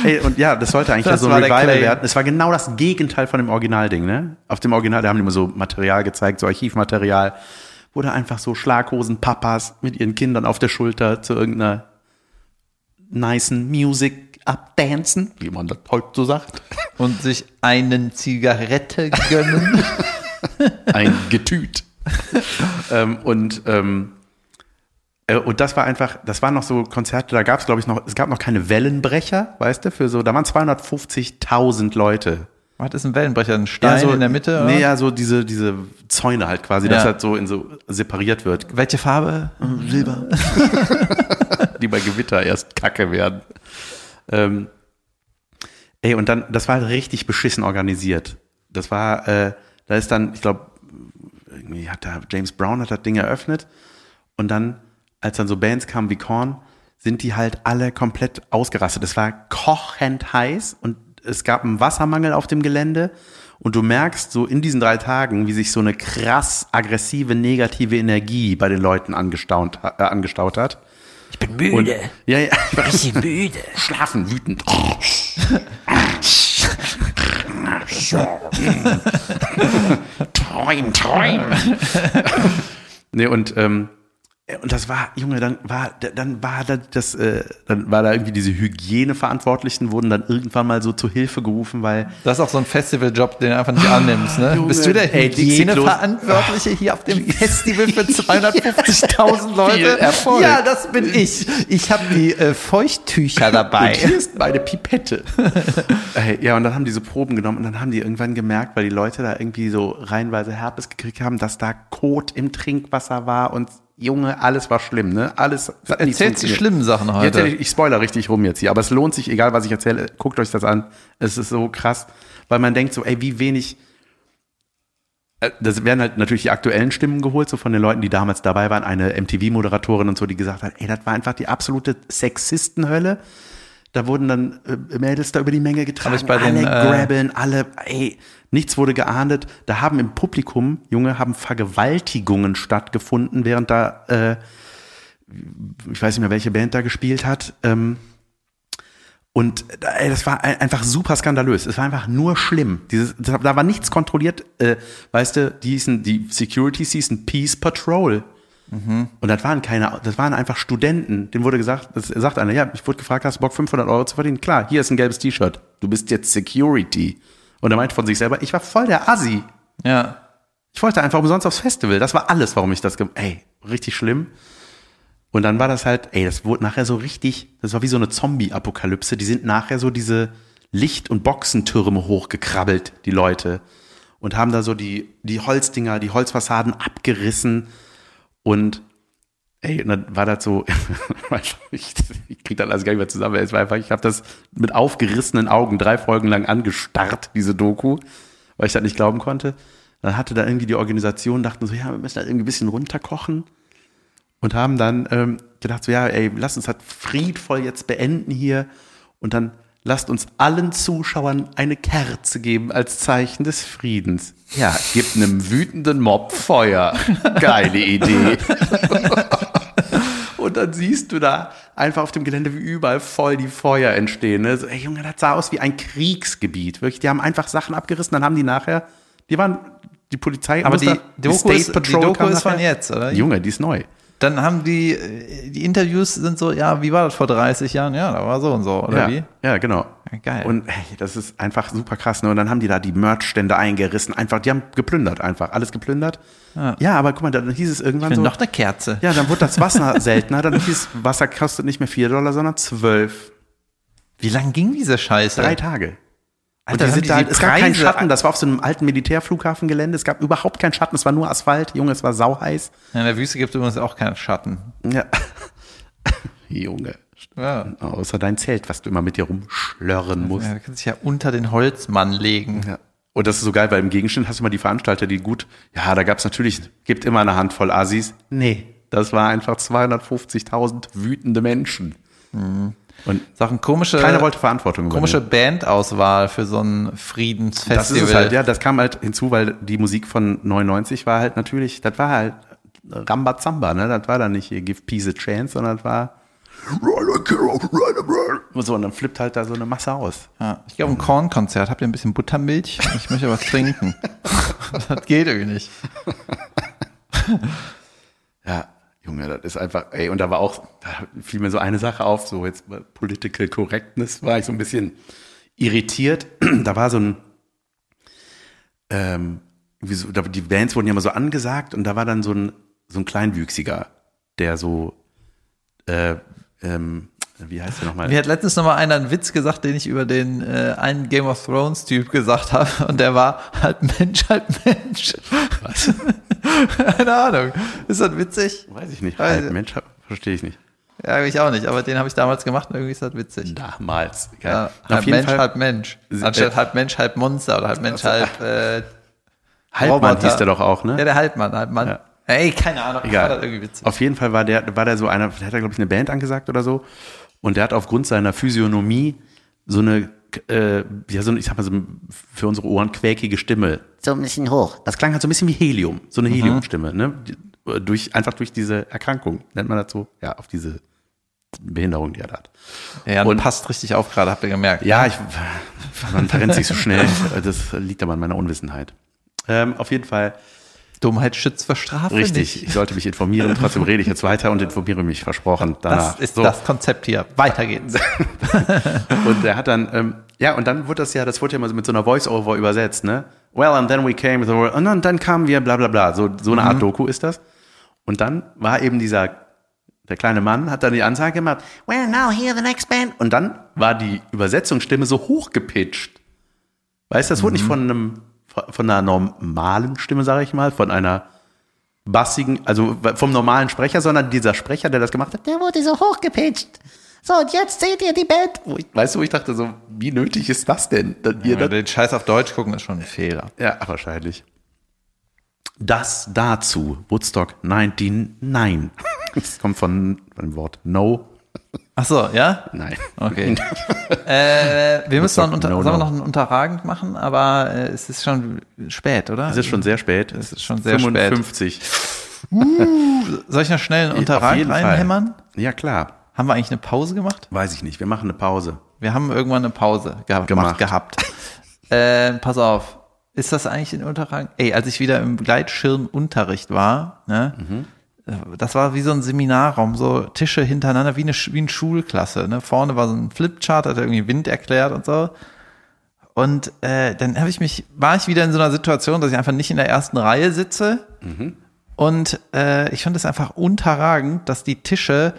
A: ey, und ja, das sollte eigentlich
B: Das
A: so ein
B: war der
A: Revival
B: Claim.
A: werden. Es war genau das Gegenteil von dem Originalding, ne? Auf dem Original, da haben die immer so Material gezeigt, so Archivmaterial, wo da einfach so Schlaghosen-Papas mit ihren Kindern auf der Schulter zu irgendeiner nicen Music abdancen, wie man das heute so sagt.
B: und sich einen Zigarette gönnen.
A: ein Getüt. ähm, und ähm, äh, und das war einfach, das waren noch so Konzerte, da gab es, glaube ich, noch, es gab noch keine Wellenbrecher, weißt du, für so, da waren 250.000 Leute.
B: Was ist ein Wellenbrecher? Ein Stein
A: so,
B: in der Mitte?
A: Nee,
B: oder?
A: ja, so diese, diese Zäune halt quasi, dass
B: Ja.
A: halt so in so separiert wird.
B: Welche Farbe? Silber.
A: die bei Gewitter erst kacke werden. Ähm, ey, und dann, das war halt richtig beschissen organisiert. Das war, äh, da ist dann, ich glaube, irgendwie hat da, James Brown hat das Ding eröffnet und dann, als dann so Bands kamen wie Korn, sind die halt alle komplett ausgerastet. Es war kochend heiß und es gab einen Wassermangel auf dem Gelände. Und du merkst so in diesen drei Tagen, wie sich so eine krass aggressive, negative Energie bei den Leuten angestaunt, äh, angestaut hat.
D: Ich bin
A: Und,
D: müde.
A: ja, ja,
D: Ich bin müde.
A: schlafen, wütend.
D: Träum, träum.
A: Nee, und ähm, Äh, Und das war, Junge, dann war, da- dann war da das, äh, dann war da irgendwie diese Hygieneverantwortlichen wurden dann irgendwann mal so zu Hilfe gerufen, weil
B: Das ist auch so ein Festivaljob, den du einfach nicht annimmst. Ne?
A: Junge.
B: Bist du der
A: Ey, Dixie
B: Hygieneverantwortliche hier auf dem Festival für 250.000
A: Viel
B: Leute?
A: Erfolg.
B: Ja, das bin ich. Ich habe die äh, Feuchttücher dabei.
A: Und hier ist meine Pipette. Ey, ja, und dann haben die so Proben genommen und dann haben die irgendwann gemerkt, weil die Leute da irgendwie so reihenweise Herpes gekriegt haben, dass da Kot im Trinkwasser war und Junge, alles war schlimm, ne? Alles. es hat nicht
B: Erzählst du
A: funktioniert.
B: schlimmen Sachen
A: Jetzt,
B: heute?
A: ich, ich spoiler richtig rum jetzt hier, aber es lohnt sich, egal was ich erzähle, guckt euch das an. Es ist so krass, weil man denkt so, ey, wie wenig. Äh, Das werden halt natürlich die aktuellen Stimmen geholt, so von den Leuten, die damals dabei waren, eine MTV-Moderatorin und so, die gesagt hat, ey, das war einfach die absolute Sexistenhölle. Da wurden dann äh, Mädels da über die Menge getragen,
B: Hab ich bei
A: alle
B: den, äh,
A: grabbeln, alle, ey, nichts wurde geahndet. Da haben im Publikum, Junge, haben Vergewaltigungen stattgefunden, während da äh, ich weiß nicht mehr, welche Band da gespielt hat. Ähm, und ey, das war ein, einfach super skandalös. Es war einfach nur schlimm. Dieses, da da war nichts kontrolliert. Äh, weißt du, die hießen, die Securities hießen Peace Patrol. Und das waren keine, das waren einfach Studenten. Dem wurde gesagt, das sagt einer, ja, ich wurde gefragt, hast du Bock 500 Euro zu verdienen? Klar, hier ist ein gelbes T-Shirt. Du bist jetzt Security. Und er meint von sich selber, ich war voll der Assi.
B: Ja.
A: Ich wollte einfach umsonst aufs Festival. Das war alles, warum ich das gemacht Ey, richtig schlimm. Und dann war das halt, ey, das wurde nachher so richtig, das war wie so eine Zombie-Apokalypse. Die sind nachher so diese Licht- und Boxentürme hochgekrabbelt, die Leute. Und haben da so die, die Holzdinger, die Holzfassaden abgerissen. Und ey, und dann war das so, ich, ich krieg das alles gar nicht mehr zusammen. Es war einfach, ich habe das mit aufgerissenen Augen drei Folgen lang angestarrt, diese Doku, weil ich das nicht glauben konnte. Dann hatte da irgendwie die Organisation, dachten so, ja, wir müssen das irgendwie ein bisschen runterkochen und haben dann ähm, gedacht, so, ja, ey, lass uns das friedvoll jetzt beenden hier und dann lasst uns allen Zuschauern eine Kerze geben als Zeichen des Friedens. Ja, gibt einem wütenden Mob Feuer. Geile Idee. Und dann siehst du da einfach auf dem Gelände, wie überall voll die Feuer entstehen. Ne? So, ey Junge, das sah aus wie ein Kriegsgebiet. Wirklich, die haben einfach Sachen abgerissen, dann haben die nachher, die waren, die Polizei,
B: Aber
A: musste-
B: die Doku ist- die Doku
A: kam
B: ist von
A: nachher.
B: jetzt, ne? oder?
A: Junge, die ist neu.
B: Dann haben die, äh, die Interviews sind so, ja, wie war das vor 30 Jahren? Ja, da war so und so, oder
A: ja,
B: wie?
A: Ja, genau.
B: Ja, geil.
A: Und ey, das ist einfach super krass. Ne? Und dann haben die da die Merch-Stände eingerissen. Einfach, die haben geplündert einfach. Alles geplündert. Ja, aber guck mal, dann hieß es irgendwann
B: Ich
A: so.
B: will noch eine Kerze.
A: ja, dann wurde das Wasser seltener. Dann hieß Wasser kostet nicht mehr 4 Dollar, sondern 12.
B: Wie lang ging diese Scheiße?
A: Drei Tage.
B: Alter,
A: und die
B: haben
A: sind
B: die
A: da,
B: die
A: es gab keinen
B: Preise-
A: Schatten. Das war auf so einem alten Militärflughafengelände. Es gab überhaupt keinen Schatten. Es war nur Asphalt. Junge, es war sauheiß.
B: In der Wüste gibt es übrigens auch keinen Schatten.
A: Ja. Junge.
B: Ja.
A: Außer dein Zelt, was du immer mit dir rumschlörren musst.
B: Ja, da kannst du dich ja unter den Holzmann legen.
A: Ja. Und das ist so geil, weil im Gegenstand hast du mal die Veranstalter, die gut, ja, da gab es natürlich, gibt immer eine Handvoll Assis. Nee, das war einfach 250.000 wütende Menschen.
B: Ist auch ein komische,
A: Keiner wollte Verantwortung
B: Äh, komische
A: übernehmen.
B: Bandauswahl für so ein Friedensfestival.
A: Das ist es halt, ja, das kam halt hinzu, weil die Musik von 99 war halt natürlich, das war halt Rambazamba, ne? Das war dann nicht hier Give Peace a Chance, sondern das war so, und dann flippt halt da so eine Masse aus.
B: Ja, ich gehe auf ein Kornkonzert. Habt ihr ein bisschen Buttermilch? Ich möchte was trinken. das geht irgendwie nicht.
A: Ja, Junge, das ist einfach, ey, und da war auch, da fiel mir so eine Sache auf, so jetzt bei Political Correctness war ich so ein bisschen irritiert. da war so ein, ähm, wie so, da, die Bands wurden ja immer so angesagt und da war dann so ein, so ein Kleinwüchsiger, der so, äh, ähm, wie heißt der nochmal?
B: Mir hat letztens nochmal einer einen Witz gesagt, den ich über den äh, einen Game of Thrones Typ gesagt habe. Und der war halb Mensch, halb Mensch. Was? Keine Ahnung. Ist das witzig?
A: Weiß ich nicht.
B: Weiß-
A: Halb Mensch, verstehe ich nicht.
B: Ja, ich auch nicht. Aber den habe ich damals gemacht und irgendwie ist das witzig.
A: Damals. egal.
B: Ja,
A: Na,
B: halb Mensch, halb Mensch.
A: Sie-
B: Anstatt
A: äh,
B: halb Mensch, halb Monster oder halb Mensch, halb äh,
A: Halbmann
B: Roboter.
A: hieß der doch auch, ne?
B: Ja, der Halbmann, Halbmann.
A: Ja.
B: Ey, keine Ahnung, ich
A: Egal.
B: fand das irgendwie witzig.
A: Auf jeden Fall war der, war der so einer, der hat da, glaube ich, eine Band angesagt oder so. Und der hat aufgrund seiner Physiognomie so eine, äh, ja, so eine, ich sag mal, so eine für unsere Ohren quäkige Stimme.
D: so ein bisschen hoch.
A: Das klang halt so ein bisschen wie Helium, so
B: Mhm.
A: eine Heliumstimme, ne? Die- äh, Durch, einfach durch diese Erkrankung, nennt man das so, ja, auf diese Behinderung, die er da hat.
B: Ja, und
A: Und-
B: passt richtig auf gerade, habt ihr gemerkt.
A: Ja, ich, man verrennt sich so schnell. Das liegt aber an meiner Unwissenheit. Ähm, auf jeden Fall
B: Dummheit schützt vor Strafe
A: Richtig,
B: nicht.
A: ich sollte mich informieren, trotzdem rede ich jetzt weiter und informiere mich, versprochen. Danach.
B: Das ist
A: So.
B: das Konzept hier. Weiter geht's.
A: Und der hat dann, ähm, ja, und dann wurde das ja, das wurde ja mal so mit so einer Voice-Over übersetzt, ne? Well, and then we came, the world, und dann, dann kamen wir, bla bla bla. So, so eine Art Doku ist das. Und dann war eben dieser, der kleine Mann hat dann die Ansage gemacht, well, now here the next band. Und dann war die Übersetzungsstimme so hochgepitcht. Weißt du, das wurde nicht von einem, von einer normalen Stimme, sage ich mal, von einer bassigen, also vom normalen Sprecher, sondern dieser Sprecher, der das gemacht hat, der wurde so hochgepitcht. So, und jetzt seht ihr die Band. Wo ich, weißt du, wo ich dachte so, wie nötig ist das denn? Dass ihr das,
B: Den Scheiß auf Deutsch gucken ist schon ein Fehler.
A: ja, wahrscheinlich. Das dazu, Woodstock 1999. Das kommt von, von dem Wort No.
B: Ach so, ja?
A: Nein.
B: Okay. äh, wir müssen noch, einen unter,
A: No,
B: sollen wir
A: no.
B: noch einen Unterragend machen, aber äh, es ist schon spät, oder?
A: Es ist schon sehr spät.
B: Es ist schon sehr
A: 55.
B: Soll ich noch schnell einen Unterragend reinhämmern?
A: Ja, klar.
B: Haben wir eigentlich eine Pause gemacht?
A: Weiß ich nicht. Wir machen eine Pause.
B: Wir haben irgendwann eine Pause gehabt.
A: Gemacht.
B: gehabt. äh, pass auf. Ist das eigentlich in Unterrang? Ey, als ich wieder im Gleitschirmunterricht war, ne? äh, Das war wie so ein Seminarraum, so Tische hintereinander, wie eine, Sch- wie eine Schulklasse. Ne? Vorne war so ein Flipchart, hat er irgendwie Wind erklärt und so. Und äh, dann habe ich mich, war ich wieder in so einer Situation, dass ich einfach nicht in der ersten Reihe sitze. Und äh, ich fand es einfach unterragend, dass die Tische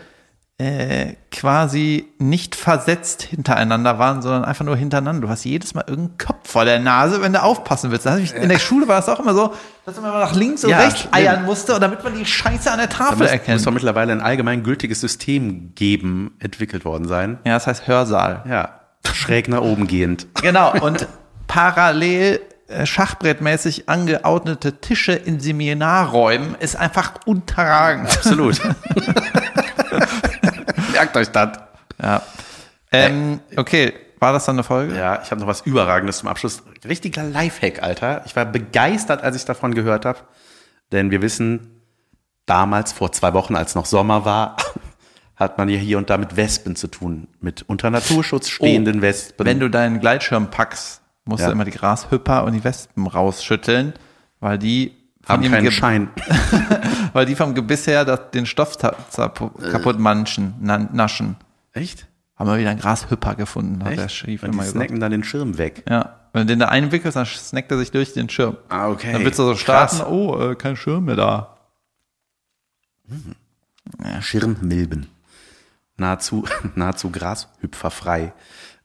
B: äh, quasi nicht versetzt hintereinander waren, sondern einfach nur hintereinander. Du hast jedes Mal irgendeinen Kopf vor der Nase, wenn du aufpassen willst. Dann hab ich, in der Schule war es auch immer so, dass man immer nach links und
A: Ja,
B: rechts
A: stimmt.
B: eiern musste, und damit man die Scheiße an der Tafel
A: muss, muss
B: erkennt.
A: doch mittlerweile ein allgemein gültiges System geben, entwickelt worden sein.
B: Ja, das heißt Hörsaal.
A: Ja, schräg nach oben gehend.
B: Genau, und parallel äh, schachbrettmäßig angeordnete Tische in Seminarräumen ist einfach unterragend.
A: Absolut. Merkt euch das.
B: Ja. Ähm, okay, war das dann eine Folge?
A: Äh, Ja, ich habe noch was Überragendes zum Abschluss. Richtiger Lifehack, Alter. Ich war begeistert, als ich davon gehört habe. Denn wir wissen, damals, vor zwei Wochen, als noch Sommer war, hat man ja hier und da mit Wespen zu tun. Mit unter Naturschutz stehenden Wespen.
B: Oh, Wenn du deinen Gleitschirm packst, musst
A: Ja.
B: du immer die Grashüpper und die Wespen rausschütteln, weil die von
A: haben
B: ihrem
A: keinen
B: Ge-
A: Schein.
B: weil die vom Gebiss her das, den Stoff ta-
A: Äh.
B: zapu- kaputt manchen, na, naschen.
A: Echt?
B: Haben wir wieder einen Grashüpper gefunden, hat der
A: Echt?
B: Schief
A: Und die
B: immer gesagt.
A: snacken dann den Schirm weg.
B: Ja, wenn du den da einwickelst, dann snackt er sich durch den Schirm.
A: Ah, okay.
B: Dann willst du so starten, oh, äh, kein Schirm mehr da.
A: Schirmmilben. Nahezu, nahezu grashüpferfrei.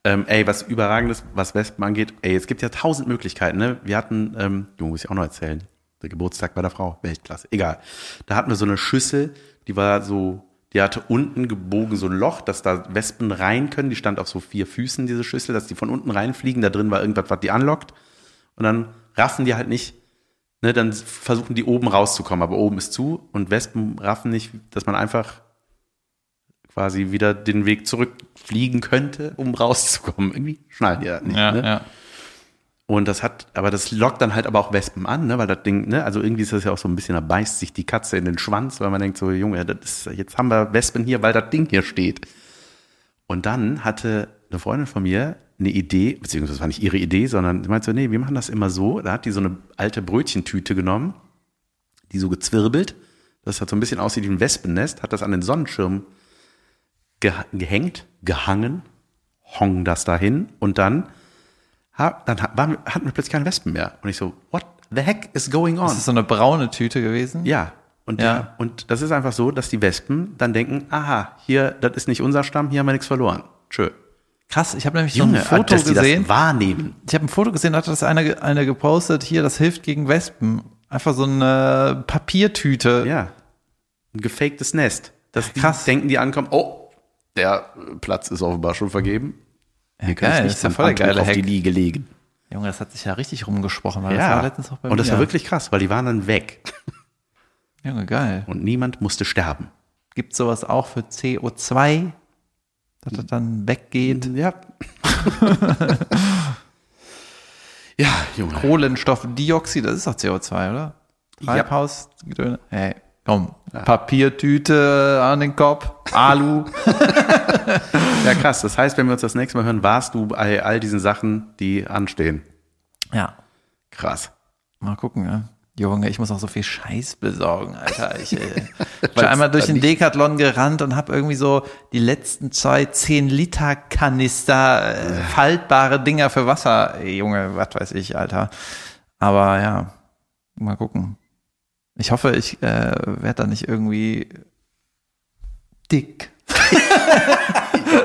A: Ähm, ey, was Überragendes, was Wespen angeht. Ey, es gibt ja tausend Möglichkeiten, ne? Wir hatten, ähm, du muss ich auch noch erzählen, der Geburtstag meiner Frau, Weltklasse, egal. Da hatten wir so eine Schüssel, die war so, die hatte unten gebogen so ein Loch, dass da Wespen rein können. Die stand auf so vier Füßen, diese Schüssel, dass die von unten reinfliegen. Da drin war irgendwas, was die anlockt. Und dann raffen die halt nicht, ne, dann versuchen die oben rauszukommen, aber oben ist zu und Wespen raffen nicht, dass man einfach quasi wieder den Weg zurückfliegen könnte, um rauszukommen. Irgendwie schnallen die ja nicht. ne?
B: ja.
A: Und das hat, aber das lockt dann halt aber auch Wespen an, ne? weil das Ding, ne? also irgendwie ist das ja auch so ein bisschen, da beißt sich die Katze in den Schwanz, weil man denkt so, Junge, das ist, jetzt haben wir Wespen hier, weil das Ding hier steht. Und dann hatte eine Freundin von mir eine Idee, beziehungsweise war nicht ihre Idee, sondern sie meinte so, nee, wir machen das immer so. Da hat die so eine alte Brötchentüte genommen, die so gezwirbelt, das hat so ein bisschen aussieht wie ein Wespennest, hat das an den Sonnenschirm geha- gehängt, gehangen, hong das dahin und dann ha, dann ha- waren, wir- hatten wir plötzlich keine Wespen mehr. Und ich so, what the heck is going on?
B: Ist das so eine braune Tüte gewesen?
A: ja. Und,
B: Ja.
A: ja. und das ist einfach so, dass die Wespen dann denken, aha, hier, das ist nicht unser Stamm, hier haben wir nichts verloren. Tschö.
B: Krass, ich habe nämlich
A: Junge,
B: so ein Foto
A: dass Hm, die
B: gesehen.
A: das wahrnehmen.
B: Ich habe ein Foto gesehen, da hat das einer, ge- einer gepostet, hier, das hilft gegen Wespen. Einfach so eine Papiertüte.
A: Ja. Ein gefaktes Nest. Dass die
B: Äh, Krass.
A: denken, die ankommen, oh, der äh, Platz ist offenbar schon vergeben. Hier kann
B: geil,
A: ich
B: das
A: nicht
B: ist ja
A: am
B: voll
A: Handtuch
B: der geile
A: auf die
B: Hack.
A: Liege legen.
B: Junge, das hat sich ja richtig rumgesprochen, weil das
A: Ja.
B: war letztens auch bei
A: und das
B: mir.
A: war wirklich krass, weil die waren dann weg.
B: Junge, geil.
A: Und niemand musste sterben.
B: Gibt sowas auch für CO2, dass das dann weggeht?
A: Ja. ja, Junge.
B: Kohlenstoffdioxid, das ist doch CO2, oder?
A: Ja.
B: Treibhausgedöne. Hey, komm. Papiertüte an den Kopf, Alu.
A: Ja, krass. Das heißt, wenn wir uns das nächste Mal hören, warst du bei all diesen Sachen, die anstehen.
B: ja,
A: Krass.
B: mal gucken, ja. Junge, ich muss auch so viel Scheiß besorgen, Alter. Ich, äh, ich war einmal durch den Decathlon gerannt und habe irgendwie so die letzten zwei 10-Liter-Kanister, äh, faltbare Dinger für Wasser. Ey, Junge, was weiß ich, Alter. Aber ja, mal gucken. Ich hoffe, ich äh, werde da nicht irgendwie dick.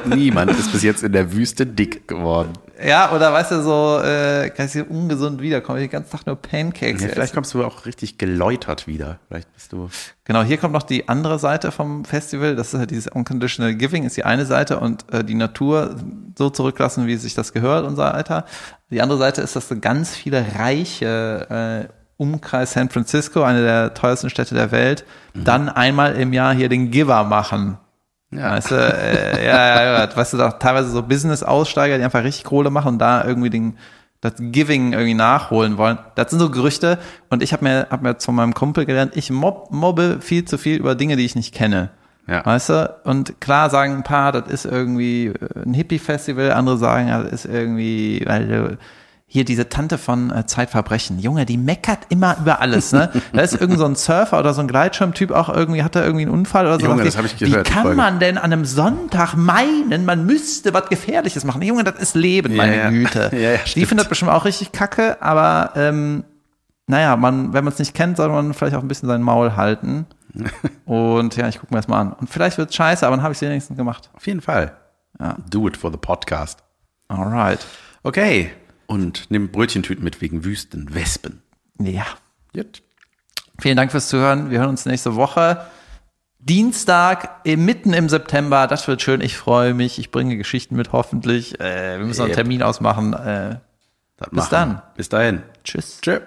A: Niemand ist bis jetzt in der Wüste dick geworden.
B: Ja, oder weißt du, so äh, kannst du ungesund wiederkommen, den ganzen Tag nur Pancakes.
A: Ja,
B: essen.
A: vielleicht kommst du auch richtig geläutert wieder. Vielleicht bist du.
B: Genau, hier kommt noch die andere Seite vom Festival. Das ist halt dieses Unconditional Giving, ist die eine Seite und äh, die Natur so zurücklassen, wie sich das gehört, unser Alter. Die andere Seite ist, dass so ganz viele reiche äh, Umkreis San Francisco, eine der teuersten Städte der Welt, dann einmal im Jahr hier den Giver machen. Weißt du, äh, ja, ja, ja, weißt du, da teilweise so Business-Aussteiger, die einfach richtig Kohle machen und da irgendwie den, das Giving irgendwie nachholen wollen. Das sind so Gerüchte und ich habe mir, hab mir jetzt von meinem Kumpel gelernt, ich mob, mobbe viel zu viel über Dinge, die ich nicht kenne.
A: Ja.
B: Weißt du? Und klar sagen ein paar, das ist irgendwie äh, ein Hippie-Festival, andere sagen, ja, das ist irgendwie, weil äh, hier diese Tante von äh, Zeitverbrechen, Junge, die meckert immer über alles, ne? Da ist irgend so ein Surfer oder so ein Gleitschirmtyp auch irgendwie, hat da irgendwie einen Unfall oder so.
A: Junge,
B: Dachte
A: das hab ich gehört,
B: Wie kann
A: Folge.
B: man denn an einem Sonntag meinen, man müsste was Gefährliches machen? Junge, das ist Leben, meine
A: ja.
B: Güte.
A: Ja, ja,
B: die
A: stimmt.
B: findet bestimmt auch richtig kacke, aber ähm, naja, man, wenn man es nicht kennt, soll man vielleicht auch ein bisschen sein Maul halten. Und ja, ich gucke mir das mal an. Und vielleicht wird es scheiße, aber dann habe ich es wenigstens gemacht.
A: Auf jeden Fall. Do it for the podcast.
B: Alright.
A: Okay. Und nimm Brötchentüten mit wegen Wüstenwespen.
B: Ja.
A: Jetzt.
B: Vielen Dank fürs Zuhören. Wir hören uns nächste Woche. Dienstag, eh, mitten im September. Das wird schön. Ich freue mich. Ich bringe Geschichten mit, hoffentlich. Äh, wir müssen noch einen
A: Yep.
B: Termin ausmachen. Äh,
A: Das
B: Bis
A: machen.
B: dann.
A: Bis dahin.
B: tschüss.
A: Tschüss.